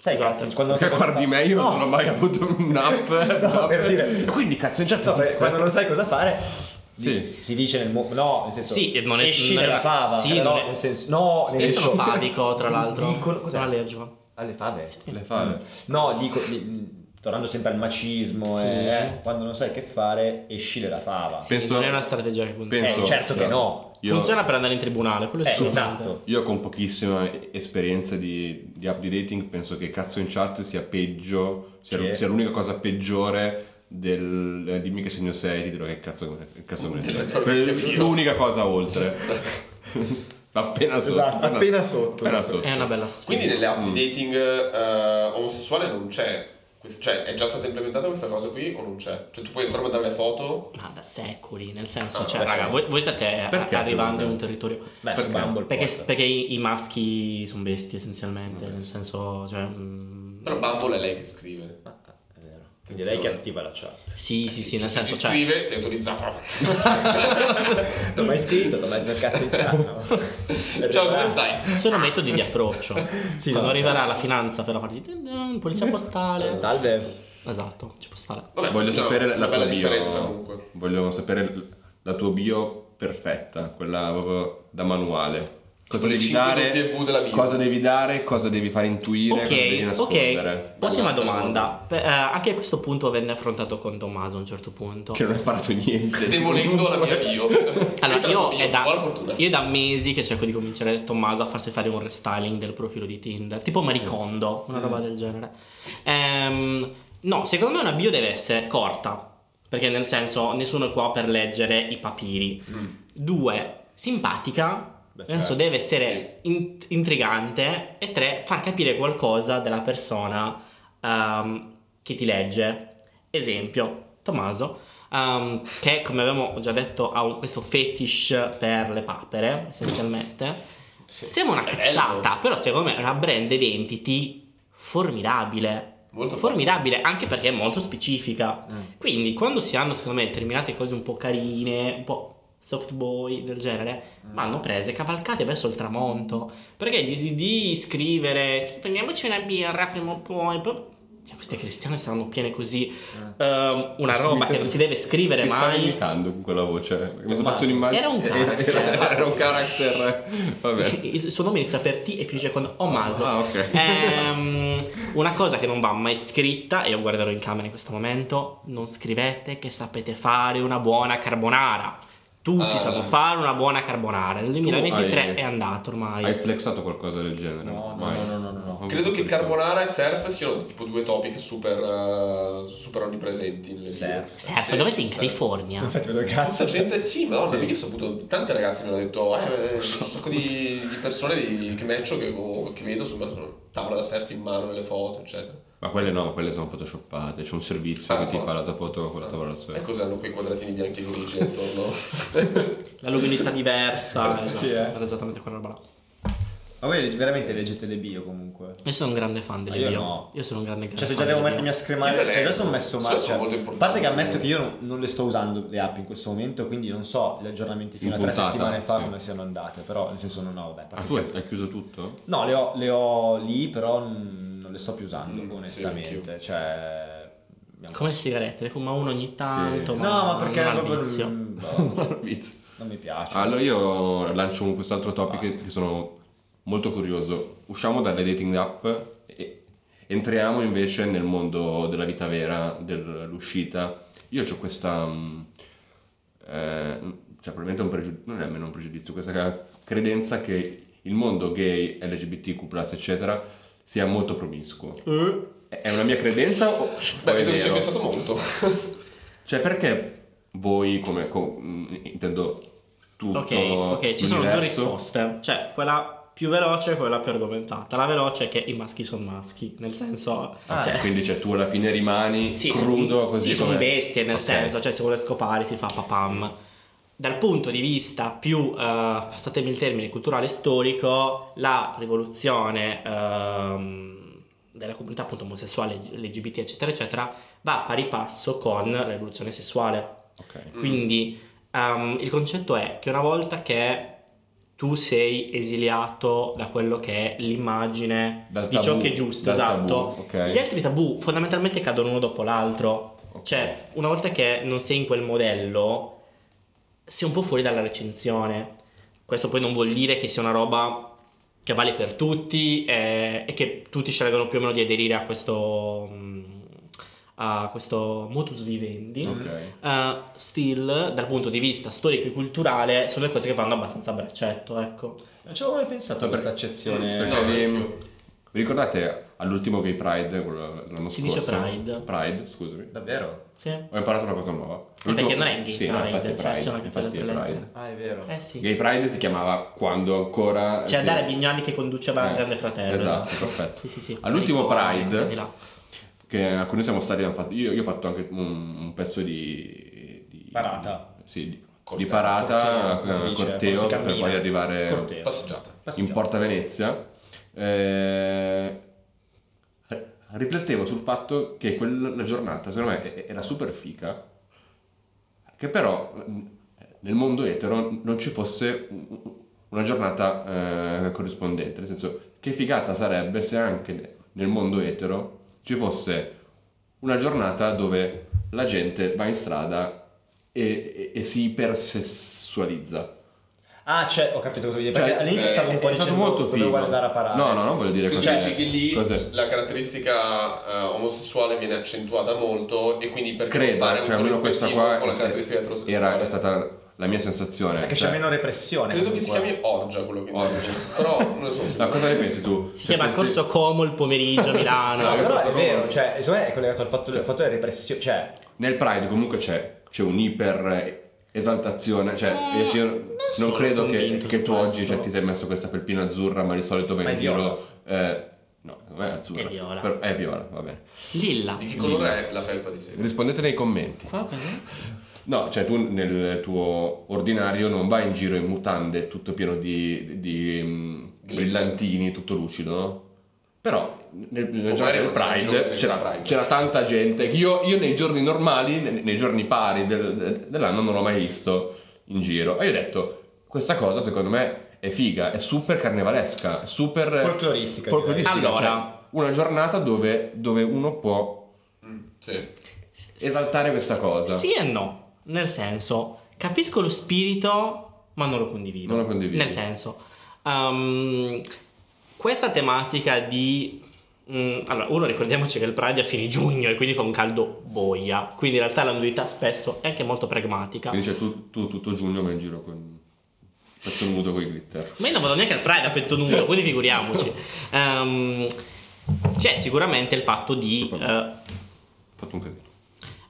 Sai Esatto. cazzo, quando Perché guardi me, io non ho mai avuto *laughs* un'app. un'app. per dire- Quindi cazzo, in chat No, beh, esiste. quando non sai cosa fare, Sì. si, si dice nel mo- no, nel senso Sì, e non è- esci non è dalla una- fava, sì, però non no, è- nel senso no, nel Io senso sono fabico, tra l'alt'ro. Dicono cos'è? Eh, Sono allergico. alle fave. Le Mm. fave. No, dico di- tornando sempre al macismo Sì. eh, quando non sai che fare, esci dalla fava. Sì, Penso- non è una strategia che funziona. penso- certo che no. Io, Funziona per andare in tribunale, quello è Eh, sicuramente. esatto. Io con pochissima esperienza di, di app di dating penso che cazzo in chat sia peggio, sia, Sì. sia l'unica cosa peggiore del eh, dimmi che segno sei, ti dirò che cazzo me ne, cazzo me ne Della tua frega. Per- vita. L'unica cosa oltre. *laughs* appena sotto. Esatto, appena sotto. Appena sotto. È una bella sfida. Quindi nelle app Mm. di dating eh, omosessuale non c'è. Quest- Cioè, è già stata implementata questa cosa qui o non c'è? Cioè, tu puoi ancora mandare le foto? Ma Ah, da secoli, nel senso, Ah, cioè, adesso- raga, voi, voi state Perché arrivando secondo in me? un territorio. Beh, su Perché? Bumble Perché, posta. perché i, i maschi sono bestie essenzialmente, nel senso, cioè... mm, Però Bumble è lei che scrive. Ah, ah, è vero. Quindi lei che Attenzione. attiva la chat. Sì, sì, sì, nel Cioè, senso, Chi cioè... scrive sei *laughs* autorizzato. Non mai scritto, non mai sul cazzo in chat. *laughs* no? Ciao, come Esatto. stai? Sono metodi di approccio. Sì, Quando no, arriverà la finanza per la fargli din din, polizia postale. Salve. Esatto, ci può stare. Vabbè, Voglio facciamo sapere una la tua bella bio. differenza comunque. Voglio sapere l- la tua bio perfetta, quella proprio da manuale. Cosa Con le devi cinque dare? W della bio. Cosa devi dare? Cosa devi far intuire? cosa devi Ok, nascondere? ok, Bella ottima domanda. domanda. Per- eh, anche a questo punto venne affrontato con Tommaso a un certo punto. Che non hai imparato niente. Demolendo la mia bio. *laughs* Allora, Questa è la io tua bio. è, da, Buona fortuna. io è da mesi che cerco di convincere Tommaso a farsi fare un restyling del profilo di Tinder, tipo Maricondo, una Mm. roba del genere. Ehm, no, secondo me una bio deve essere corta, perché nel senso nessuno è qua per leggere i papiri. Due, simpatica, Mm. Beh, nel senso certo, deve essere in- intrigante. E tre, far capire qualcosa della persona ehm, che ti legge. Esempio, Tommaso, ehm, che come avevamo già detto ha un- questo fetish per le papere, essenzialmente. Sì. Sembra una È cazzata, bello. però secondo me è una brand identity formidabile. Molto Mm. formidabile, anche perché è molto specifica. Quindi quando si hanno, secondo me, determinate cose un po' carine, un po' soft boy del genere, Mm. vanno prese cavalcate verso il tramonto. Perché di, di scrivere, prendiamoci una birra prima o poi... poi- Cioè, queste cristiane saranno piene così. Mm. ehm, una roba che non si deve scrivere Ti stai mai. imitando con quella voce. Mi sono Tommaso. fatto un'immagine. Era un character. *laughs* Era, era un character. Vabbè. Il suo nome inizia per T e finisce con Omaso. Ah, ok. Ehm, una cosa che non va mai scritta, e io guarderò in camera in questo momento, non scrivete che sapete fare una buona carbonara. Tutti Ah. sanno fare una buona carbonara. Nel 2023 hai- è andato ormai. Hai flexato qualcosa del genere? No, no, Mai. no, no, no, no, no. Credo che Ho avuto questo ricordo. carbonara e surf siano tipo due topic super, eh, super onnipresenti. nelle Surf. video. Serfa, Sì, dove sei in surf. California? Infatti, vedo il Tanta cazzo. gente, sì, madonna, Sì. perché io ho saputo, tante ragazze mi hanno detto, *laughs* eh, un sacco di, di persone di, che matcho che, o che vedo sulla tavola da surf in mano, nelle foto, eccetera. Ma quelle no, quelle sono photoshoppate. C'è un servizio Ah, che ti fa- fa la tua foto con la tavola al E sole. cos'hanno quei quadratini bianchi e grigi *laughs* attorno? La luminosità diversa. esatto, eh. era esattamente quella roba là. Ma voi veramente leggete le bio comunque. Io sono un grande fan Ah, delle Ma io bio. no. Io sono un grande grande Cioè, se già fan devo delle mettermi a bio. Io le scremare, cioè, già leggo. sono messo Sì, male. sono cioè, molto a parte importanti. che ammetto che io non, non le sto usando le app in questo momento, quindi non so gli aggiornamenti fino In a tre puntata, settimane fa sì. come siano andate. Però, nel senso, non ho, vabbè. a parte Ah, tu il hai cazzo. hai chiuso *laughs* tutto? No, le ho, le ho lì, però mm, non le sto più usando, Mm, sì, onestamente. cioè. abbiamo- Come le sigarette, ne fuma uno ogni tanto. Sì. Ma No, ma perché non ha il proprio- vizio. mm, boh, Vizio. non mi piace. Allora io lancio un- quest'altro topic Basta. che sono molto curioso. Usciamo dalle dating app e entriamo invece nel mondo della vita vera, dell'uscita. Io ho questa... mm, eh, cioè probabilmente è un pregiudizio, non è nemmeno un pregiudizio, questa ca- credenza che il mondo gay, LGBTQ+, eccetera, sia molto promiscuo. Eh, È è una mia credenza o... Beh, o è vedo che ci hai vero? pensato molto. Cioè, perché voi, come co- mh, intendo tutto Ok, ok, ci sono due l'universo, risposte. Cioè, quella più veloce e quella più argomentata. La veloce è che i maschi sono maschi, nel senso... Ah, cioè, Quindi, cioè, tu alla fine rimani *laughs* sì, crudo sono, così. sì, sono come- bestie, nel Ok. senso, cioè se vuole scopare si fa papam. Dal punto di vista più, eh, passatemi il termine, culturale e storico, la rivoluzione ehm, della comunità appunto omosessuale, LGBT, eccetera, eccetera, va a pari passo con la rivoluzione sessuale. Ok. Mm. Quindi ehm, il concetto è che una volta che tu sei esiliato da quello che è l'immagine Dal di tabù, ciò che è giusto, dal esatto, tabù, ok. gli altri tabù fondamentalmente cadono uno dopo l'altro. Ok. Cioè, una volta che non sei in quel modello, sei un po' fuori dalla recensione. Questo poi non vuol dire che sia una roba che vale per tutti eh, e che tutti scelgono più o meno di aderire a questo, mm, a questo modus vivendi. Ok. Eh, still, dal punto di vista storico e culturale, sono due cose che vanno abbastanza a braccetto, ecco. Non ci avevo mai pensato a questa accezione. *laughs* No, Perché vi- neanch'io. vi ricordate all'ultimo Gay Pride, quello l'anno Si scorso? dice Pride. Pride, scusami. Davvero? Sì. Ho imparato una cosa nuova. perché L'ultimo- non è Gay sì, no, Pride, infatti è cioè, ci sono anche infatti tutte le è altre Pride. lettere. Ah, è vero. Eh sì. Gay Pride si chiamava quando ancora... C'è si- Andrea Vignali che conduceva il Eh, Grande Fratello. Esatto, perfetto. Sì, sì, sì. All'ultimo Ricordo, anni Pride, là. che a cui noi siamo stati, abbiamo fatto- io, io ho fatto anche un, un pezzo di, di- Parata. Sì, di, Corteo. di Corteo, parata, come si eh, dice, corteo, quando si per cammina. poi arrivare Corteo. Passeggiata. in Porta Venezia. Eh, riflettevo sul fatto che quella giornata, secondo me, è- era super fica, che però mh, nel mondo etero non ci fosse un- una giornata eh, corrispondente, nel senso che figata sarebbe se anche ne- nel mondo etero ci fosse una giornata dove la gente va in strada e, e- e si ipersessualizza. Ah, cioè, ho capito cosa vuoi dire. Perché Cioè, all'inizio eh, stavo un po' è stato dicendo molto dovevo figo. guardare a parare. No, no, non voglio dire Tu cos'è. Cioè, dici che lì Cos'è? la caratteristica eh, omosessuale viene accentuata molto e quindi per Credo, fare un cioè almeno questa corrispettivo qua con la caratteristica è- eterosessuale. era, è stata la mia sensazione. Perché cioè, c'è meno repressione. Credo che si comunque. chiami Orgia quello che Orgia. dice. Però non ne *laughs* sono No, sicuro. cosa ne pensi tu? Si Cioè, chiama pensi- Corso Como il *laughs* pomeriggio a Milano. No, No, però questo è vero, come- cioè, secondo me è collegato al fatto, al fatto della repressione. Cioè, Nel Pride comunque c'è, c'è un'iper esaltazione, cioè Mm, eh, sì, io non non sono credo che, convinto che su tu questo. oggi cioè, ti sei messo questa felpina azzurra, ma di solito vai Ma in è giro... eh, no, non è azzurra. È viola. Però- è viola, va bene. Lilla. Di che colore è la felpa di sera? Rispondete nei commenti. Qua cos'è? No, cioè tu nel tuo ordinario non vai in giro in mutande tutto pieno di, di, mm, brillantini, tutto lucido, no? Però nel, nel O giorno magari del non c'era Pride Pride. c'era, c'era tanta gente. Io, io nei giorni normali, nei, nei giorni pari del- de- dell'anno non l'ho mai visto in giro. E io ho detto, questa cosa secondo me è figa, è super carnevalesca, super... Cioè, folcloristica. folcloristica, cioè, Allora, una giornata dove, dove uno può Mm, Sì. esaltare questa cosa. Sì e no, nel senso, capisco lo spirito, ma non lo condivido. Non lo condividi. Nel senso, ehm, questa tematica di... mm, allora, uno ricordiamoci che il Pride è a fine giugno e quindi fa un caldo boia, quindi in realtà la nudità spesso è anche molto pragmatica. Quindi c'è tu, tu tutto giugno vai in giro con faccio nudo con i glitter. Ma io non vado neanche al Pride a petto nudo, quindi figuriamoci. Ehm, c'è sicuramente il fatto di... eh, Ho fatto un casino.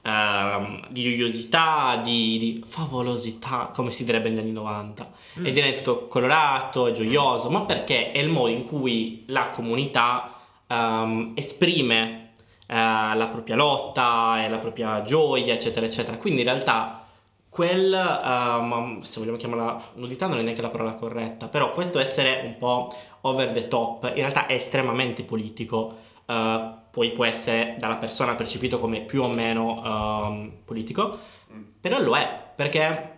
ehm, di gioiosità, di, di favolosità, come si direbbe negli anni 90. Ed è tutto colorato, è gioioso, ma perché è il modo in cui la comunità ehm, esprime eh, la propria lotta e la propria gioia, eccetera, eccetera. Quindi in realtà quel, ehm, se vogliamo chiamarla nudità, non è neanche la parola corretta, però questo essere un po' over the top, in realtà è estremamente politico. eh, poi può essere dalla persona percepito come più o meno ehm, politico, Mm. però lo è, perché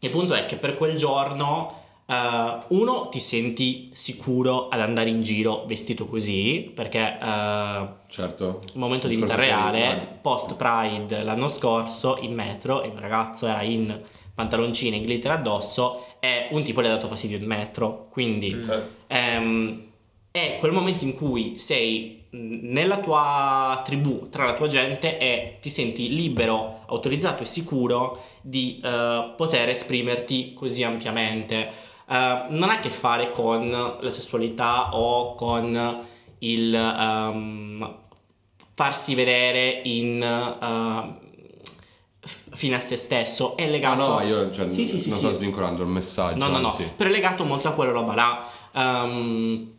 il punto è che per quel giorno, eh, uno, ti senti sicuro ad andare in giro vestito così, perché eh, Certo. momento di vita Discorso reale, che- post Pride l'anno scorso, in metro, e un ragazzo era in pantaloncini e glitter addosso, e un tipo gli ha dato fastidio in metro, quindi... Eh, Ehm, è quel momento in cui sei mh, nella tua tribù, tra la tua gente e ti senti libero, autorizzato e sicuro di eh, poter esprimerti così ampiamente. Eh, non ha a che fare con la sessualità o con il ehm, farsi vedere in ehm, f- fine a se stesso, è Ah, legato no, ma io cioè, Sì, sì, sì, non sì. sto svincolando il messaggio. No, no, no, anzi. però è legato molto a quella roba là. Ehm,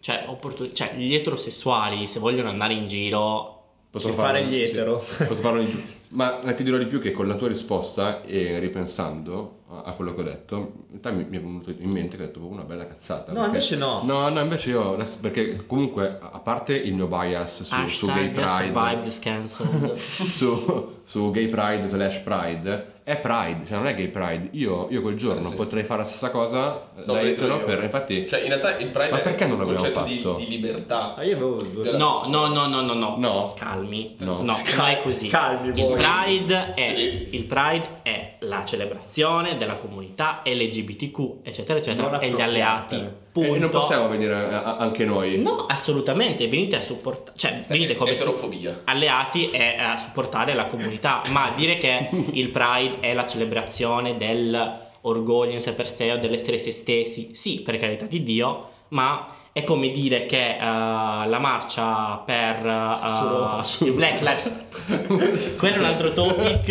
cioè, opportun- cioè, gli eterosessuali, se vogliono andare in giro, Possono Che fare gli sì, etero. *laughs* posso farlo in giù. Ma ma ti dirò di più che con la tua risposta e ripensando a a quello che ho detto, in realtà mi, mi è venuto in mente che ho detto "Oh, una bella cazzata. No, invece no. No, no, invece io, adesso- perché comunque, a a parte il mio bias su, su Gay hashtag Pride, survives is *laughs* cancelled. su, su Gay Pride slash Pride, è Pride, cioè non è Gay Pride. Io, io quel giorno Eh, sì. potrei fare la stessa cosa eh, stavo da per dire etero io. per, infatti... Cioè, in realtà il Pride Ma perché non è un l'abbiamo concetto fatto? di, di libertà. Ah, io avevo due... Della No, no, persona. no, no, no, no. Cioè, No. Calmi. No. No, non è così. Calmi Il voi. Pride, è, Stretti. il Pride è la celebrazione della comunità LGBTQ, eccetera, eccetera, Non e gli alleati. appropriatene. Punto. E eh, non possiamo venire eh, a- a- anche noi. No, assolutamente, venite a supportare, cioè venite come Eterofobia. alleati e a supportare la comunità, ma dire *laughs* che il Pride è la celebrazione dell'orgoglio in sé per sé o dell'essere se stessi, sì, per carità di Dio, ma è come dire che eh, la marcia per eh, Solo- i Black Lives *laughs* quello è un *laughs* altro topic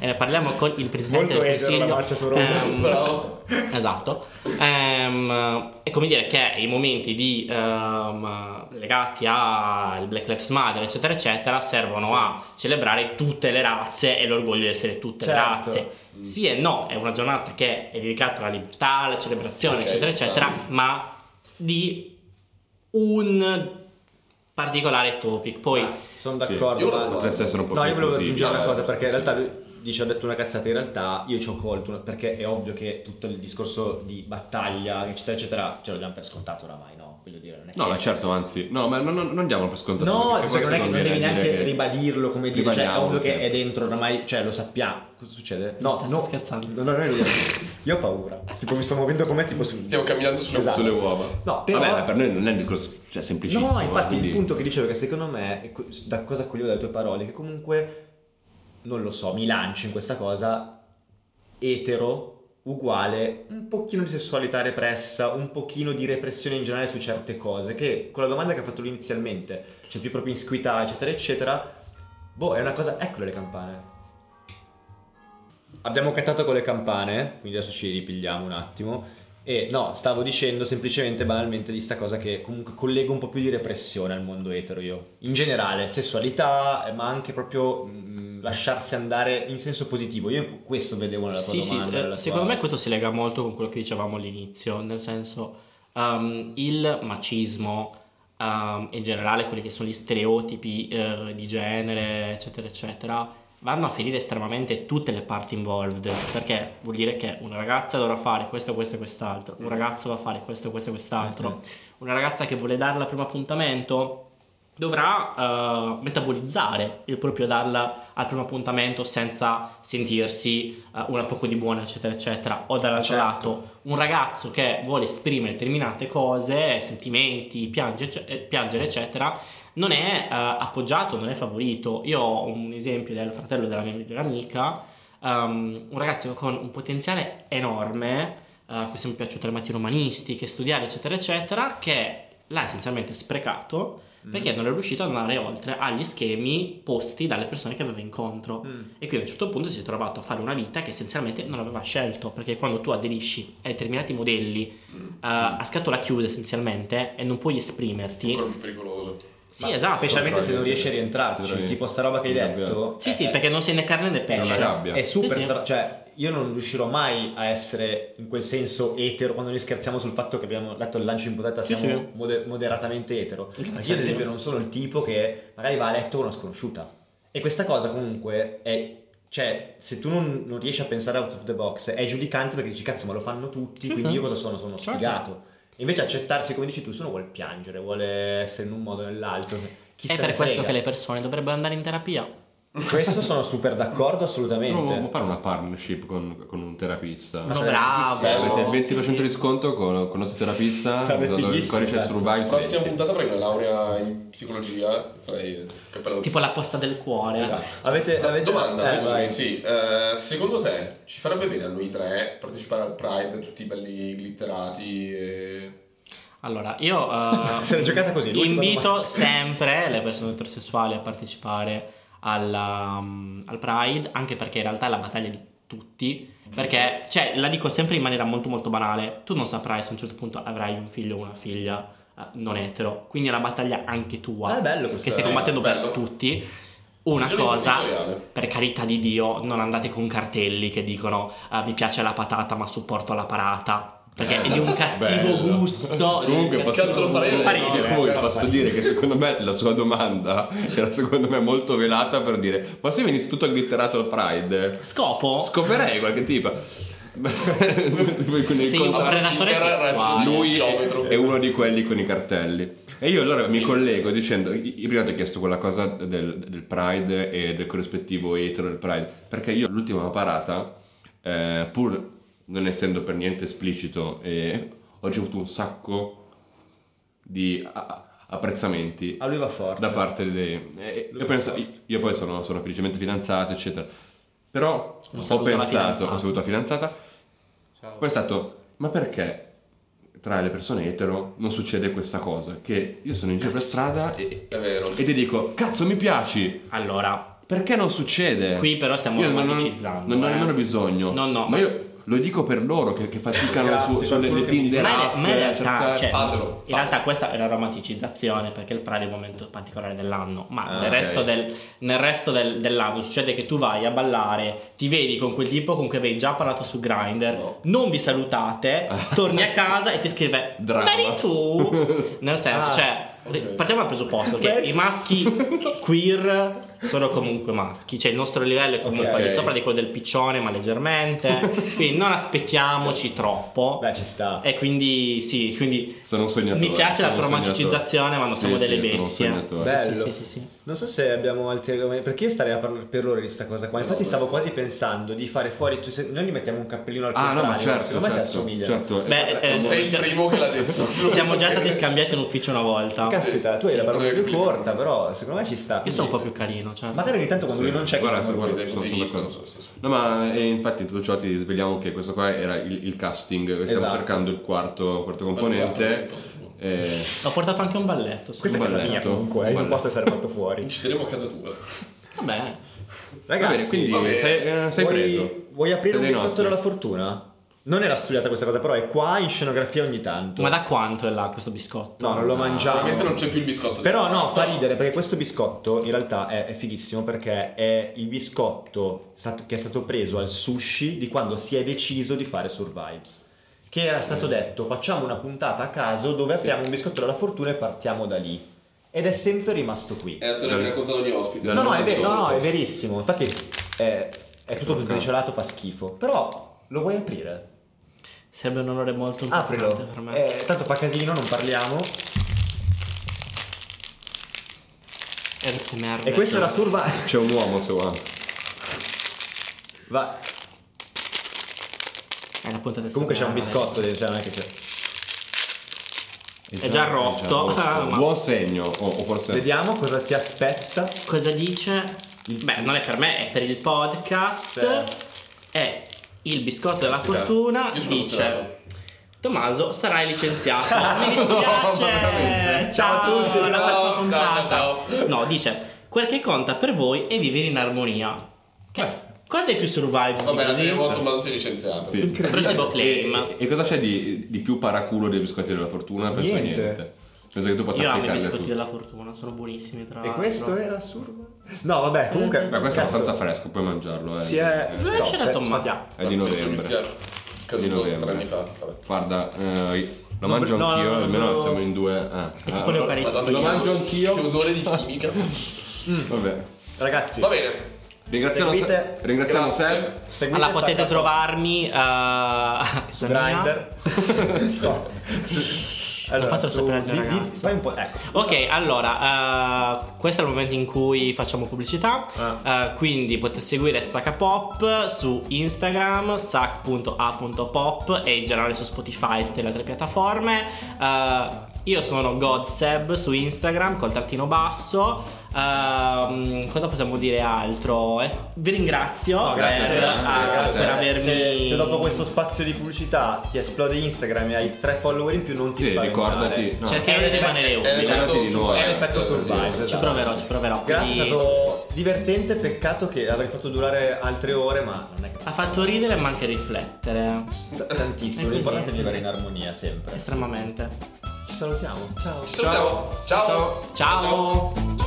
e ne parliamo con il presidente Molto del etero la consiglio marcia su Roma. Ehm, Bravo. Esatto, Ehm, è come dire che i momenti di, ehm, legati al Black Lives Matter, eccetera, eccetera, servono a celebrare tutte le razze e l'orgoglio di essere tutte Certo. le razze. Sì e no, è una giornata che è dedicata alla libertà, alla celebrazione, Ok, eccetera, ci sta. eccetera, ma di un particolare topic. Poi, Sono Sì. d'accordo. Io ma- lo- Potreste essere un po' No, più io volevo inclusivi. aggiungere una Vabbè, cosa perché in realtà sì. lui dice ha detto una cazzata, in realtà io ci ho colto una- perché è ovvio che tutto il discorso di battaglia, eccetera, eccetera, ce lo diamo per scontato oramai, no? Voglio dire, non è che... No, ma certo, anzi, no, ma non, non- non diamo per scontato. No, perché perché questo non, è che non devi viene a neanche dire che- ribadirlo come dire, cioè è Ribadiamolo ovvio che sempre. è dentro oramai, cioè lo sappiamo. Cosa succede? No, Sta no, scherzando. No, no, no, io- io ho paura. Tipo mi sto muovendo come tipo su Stiamo camminando sulle Esatto. sulle uova. No, però- Vabbè, ma per noi non è un discorso cioè, semplicissimo. No, infatti quindi- il punto che dicevo che secondo me, e que- da cosa coglievo dalle tue parole, che comunque, non lo so, mi lancio in questa cosa, etero uguale un pochino di sessualità repressa, un pochino di repressione in generale su certe cose, che con la domanda che ha fatto lui inizialmente, c'è più propinquità, eccetera, eccetera, boh, è una cosa... Eccole le campane. Abbiamo cantato con le campane, quindi adesso ci ripigliamo un attimo. E no, stavo dicendo semplicemente banalmente di sta cosa che comunque collego un po' più di repressione al mondo etero io. In generale, sessualità, eh, ma anche proprio mm, lasciarsi andare in senso positivo. Io questo vedevo nella tua Sì, sì, domanda. eh, nella tua- secondo me questo si lega molto con quello che dicevamo all'inizio, nel senso ehm, il macismo ehm, in generale, quelli che sono gli stereotipi eh, di genere, eccetera, eccetera, vanno a ferire estremamente tutte le parti involved, perché vuol dire che una ragazza dovrà fare questo, questo e quest'altro, un ragazzo va a fare questo, questo e quest'altro, una ragazza che vuole dare la primo appuntamento dovrà eh, metabolizzare il proprio darla al primo appuntamento senza sentirsi eh, una poco di buona, eccetera, eccetera. O dall'altro lato, un ragazzo che vuole esprimere determinate cose, sentimenti, piange- ecce- eh, piangere, eccetera, non è eh, appoggiato, non è favorito. Io ho un esempio del fratello della mia migliore amica, ehm, un ragazzo con un potenziale enorme, eh, a cui sempre piaciute le materie umanistiche, studiare, eccetera, eccetera, che l'ha essenzialmente sprecato perché non è riuscito ad andare oltre agli schemi posti dalle persone che aveva incontro. E quindi a un certo punto si è trovato a fare una vita che essenzialmente non aveva scelto, perché quando tu aderisci a determinati modelli eh, a scatola chiusa essenzialmente e non puoi esprimerti... ancora più pericoloso. Sì, Ma esatto. Specialmente se non Probabilmente. riesci a rientrarci, Sì. tipo sta roba che hai Arrabbiato. detto. Eh, Sì, è- sì, perché non sei né carne né C'è una pesce. gabbia. È super Sì, sì. stra- cioè io non riuscirò mai a essere in quel senso etero quando noi scherziamo sul fatto che abbiamo letto il lancio in potetta Sì, siamo sì. mode- moderatamente etero. Grazie Ma a io Dio. ad esempio non sono il tipo che magari va a letto con una sconosciuta. E questa cosa comunque è cioè, se tu non, non riesci a pensare out of the box, è giudicante perché dici cazzo, ma lo fanno tutti, Sì, quindi sì. io cosa sono? Sono Certo. sfigato. E Invece accettarsi, come dici tu, se uno vuole piangere, vuole essere in un modo o nell'altro. Chi È se per ne questo frega. che le persone dovrebbero andare in terapia. Questo sono super d'accordo, assolutamente. Provo a fare una partnership con, con un terapista. Eh, Ma sai, bravo. chissà, Avete il 20% Sì, sì. di sconto con, con il nostro terapista, Sarebbe usando il fighissimo, codice cazzo. Survive. si Prossima mette. puntata prendo laurea in psicologia, farei che parlo Tipo la posta del cuore. Esatto. Avete, avete- Domanda, eh, scusami, vai. sì. eh, secondo te ci farebbe bene a noi tre partecipare al Pride, tutti belli glitterati e... Allora, io *laughs* eh, Se l'è giocata così, l'ultima invito domanda. sempre le persone eterosessuali a partecipare alla, mm, al Pride, anche perché in realtà è la battaglia di tutti. Perché, cioè, la dico sempre in maniera molto molto banale, tu non saprai se a un certo punto avrai un figlio o una figlia eh, non etero, quindi è una battaglia anche tua, Ah, è bello che questo. stai sì, combattendo bello. per tutti. Una Visione cosa, imprenditoriale. per carità di Dio, non andate con cartelli che dicono "Ah, mi piace la patata ma supporto la parata, perché è di *laughs* un cattivo Bello. gusto. Comunque, Cazzo Eh, cazzo lo posso, farei? posso- Farei. voi Però posso farei. dire che secondo me la sua domanda era secondo me molto velata per dire ma se venissi tutto glitterato al Pride Scopo? scoperei qualche *laughs* tipo Quindi il Sei un contratto- predatore Era sessuale. ragione. lui è, Chilometro. Esatto. è uno di quelli con i cartelli. E io allora mi collego dicendo, io prima ti ho chiesto quella cosa del, del Pride e del corrispettivo etero del Pride, perché io l'ultima parata, eh, pur non essendo per niente esplicito, eh, ho ricevuto un sacco di a- a- apprezzamenti A Ah, lui va forte. Certo. da parte dei... eh, io, penso- io poi sono, sono felicemente fidanzato, eccetera. Però Un ho saluto alla pensato, fidanzata. ho saluto la fidanzata, Ciao. poi è stato, ma perché tra le persone etero non succede questa cosa? Che io sono in giro per strada e, È vero. e ti dico, cazzo mi piaci, Allora, perché non succede? qui però stiamo Io non- romanticizzando. Non, non ho eh. nemmeno bisogno. No, no. Ma io lo dico per loro che, che faticano Grazie, su, sulle qualcuno le che- Tinder. Ma in- app, ma in a cercare- realtà, cioè, fatelo, in fatelo. realtà questa è una romanticizzazione perché il Pride è un momento particolare dell'anno, ma Ah, nel ok. resto, del- nel resto del- dell'anno succede che tu vai a ballare, ti vedi con quel tipo con cui avevi già parlato su Grindr, No. non vi salutate, torni a casa e ti scrive Drama. Mary tu, nel senso, Ah, cioè, ri- ok. partiamo dal presupposto che Mary i maschi queer sono comunque maschi, cioè il nostro livello è comunque Ok. al di sopra di quello del piccione, ma leggermente, quindi non aspettiamoci troppo. Beh, ci sta. E quindi sì, quindi Sono un sognatore. mi piace la tua sono un sognatore. romanticizzazione, ma non Sì, siamo sì, delle sono un bestie. sognatore. Sì, Bello. Sì, sì, sì, sì. Non so se abbiamo altri argomenti. Perché io starei a parlare per ore di sta cosa qua. Infatti, No, stavo sì. quasi pensando di fare fuori. Tu, se, noi gli mettiamo un cappellino al Ah contrario. no, ma certo, secondo me si certo, assomiglia. certo. Beh, eh, Sei il siamo- primo che l'ha detto. siamo già stati scambiati in ufficio una volta. Caspita, tu hai la barba Sì, più capito. corta, però secondo me ci sta. Io sono un po' più carino, cioè. Magari ogni tanto quando Sì, lui non c'è. guarda, che- guarda. Dai punti di vista, non so se sono- No, ma eh, infatti in tutto ciò ti svegliamo che questo qua era il, il casting, stiamo Esatto. cercando il quarto, quarto Allora, componente. posto suo. Eh, Ho portato anche un balletto. sì. Questa è Un casa mia balletto, un comunque, eh, non balletto. posso essere fatto fuori. Ci teniamo a casa tua. Vabbè. va bene, Ragazzi, quindi va bene. sei, eh, sei vuoi, preso. vuoi aprire Sei un dei biscotto nostri. della fortuna? Non era studiata questa cosa, però è qua in scenografia ogni tanto. Ma da quanto è là questo biscotto? No, non lo mangiamo. Probabilmente Ah, non c'è più il biscotto. Però no, fa ridere perché questo biscotto in realtà è, è fighissimo perché è il biscotto stato- che è stato preso al sushi di quando si è deciso di fare Survives. Che era stato Mm. detto, facciamo una puntata a caso dove apriamo un biscotto della fortuna e partiamo da lì. Ed è sempre rimasto qui. È la storia che racconta ogni ospite. No, no, Eh, Non è, so ver- se no, no, lo- è verissimo. Infatti è, è tutto briciolato, fa schifo. Però lo vuoi aprire? Sarebbe un onore molto importante Aprilo. per me. Eh, tanto fa casino, non parliamo. ASMR. E questo era Survival. C'è un uomo sopra. Va. È la punta del Comunque c'è un SMR. biscotto, c'è anche c'è. È già rotto. Ah, ma- Buon segno, o, o forse... Vediamo cosa ti aspetta. Cosa dice? Beh, non è per me, è per il podcast. È il biscotto della Aspetta, fortuna. io sono emozionato. Dice. Tommaso, sarai licenziato. *laughs* Mi dispiace. veramente? ciao Ciao a tutti, alla ciao, prossima ciao, puntata. ciao, No, dice quel che conta per voi è vivere in armonia. Che- Cosa è più survival? di Eh. Vabbè, la così? prima volta Tommaso si è Eh, licenziato. Sì. Prossimo *laughs* claim. E, e cosa c'è di, di più paraculo dei biscotti della fortuna? Penso Niente. niente. Penso che eh, tu possa Io amo i applicarli a biscotti tutti. della fortuna, sono buonissimi tra E questo l'altro. era Survival. No, vabbè, comunque. Ah, Beh, questo è cazzo, abbastanza fresco, puoi mangiarlo. Eh. Si è. Dove no, c'era per- Tommaso? sfatiamo. È di Penso che sia novembre. Di scaduto novembre. tre anni fa. Vabbè. Guarda, eh, lo No, mangio no, no, anch'io, no, almeno no. siamo in due. Ah, È ah, tipo le eucaristiche. Madonna, Lo che- mangio anch'io. Che odore di chimica. Vabbè. Ragazzi, Va bene. Ringraziamo, Seguite- se, ringraziamo grazie. Sam. seguite Allora potete Saga trovarmi eh, a casa mia. Grindr. *laughs* so. Allora, fatelo su- sapere al mio di- di- ragazzo. fai un po'. Ecco. Ok, allora, eh, questo è il momento in cui facciamo pubblicità. Ah. Eh, quindi potete seguire Saka Pop su Instagram, sac.a.pop e in generale su Spotify e tutte le altre piattaforme. Eh, io sono Godseb su Instagram col trattino basso. Ehm, cosa possiamo dire altro? Eh, vi ringrazio Oh, Grazie, per, grazie, ah, grazie. per avermi. Se, se dopo questo spazio di pubblicità ti esplode Instagram e hai tre follower in più, non ti Eh, Sì, spaventare. ricordati. no. Cercherò di Eh, rimanere È umile. Ricordati l'effetto di noi. survival, È l'effetto sì. survival. Ci proverò, ci proverò. esatto. Grazie, è quindi- stato divertente. Peccato che avrei fatto durare altre ore, ma non è che Ha fatto ridere ma anche riflettere. T- tantissimo. È così. eh. L'importante è vivere in armonia sempre. Estremamente. Ci salutiamo. Ciao. Ci salutiamo. Ciao. Ciao.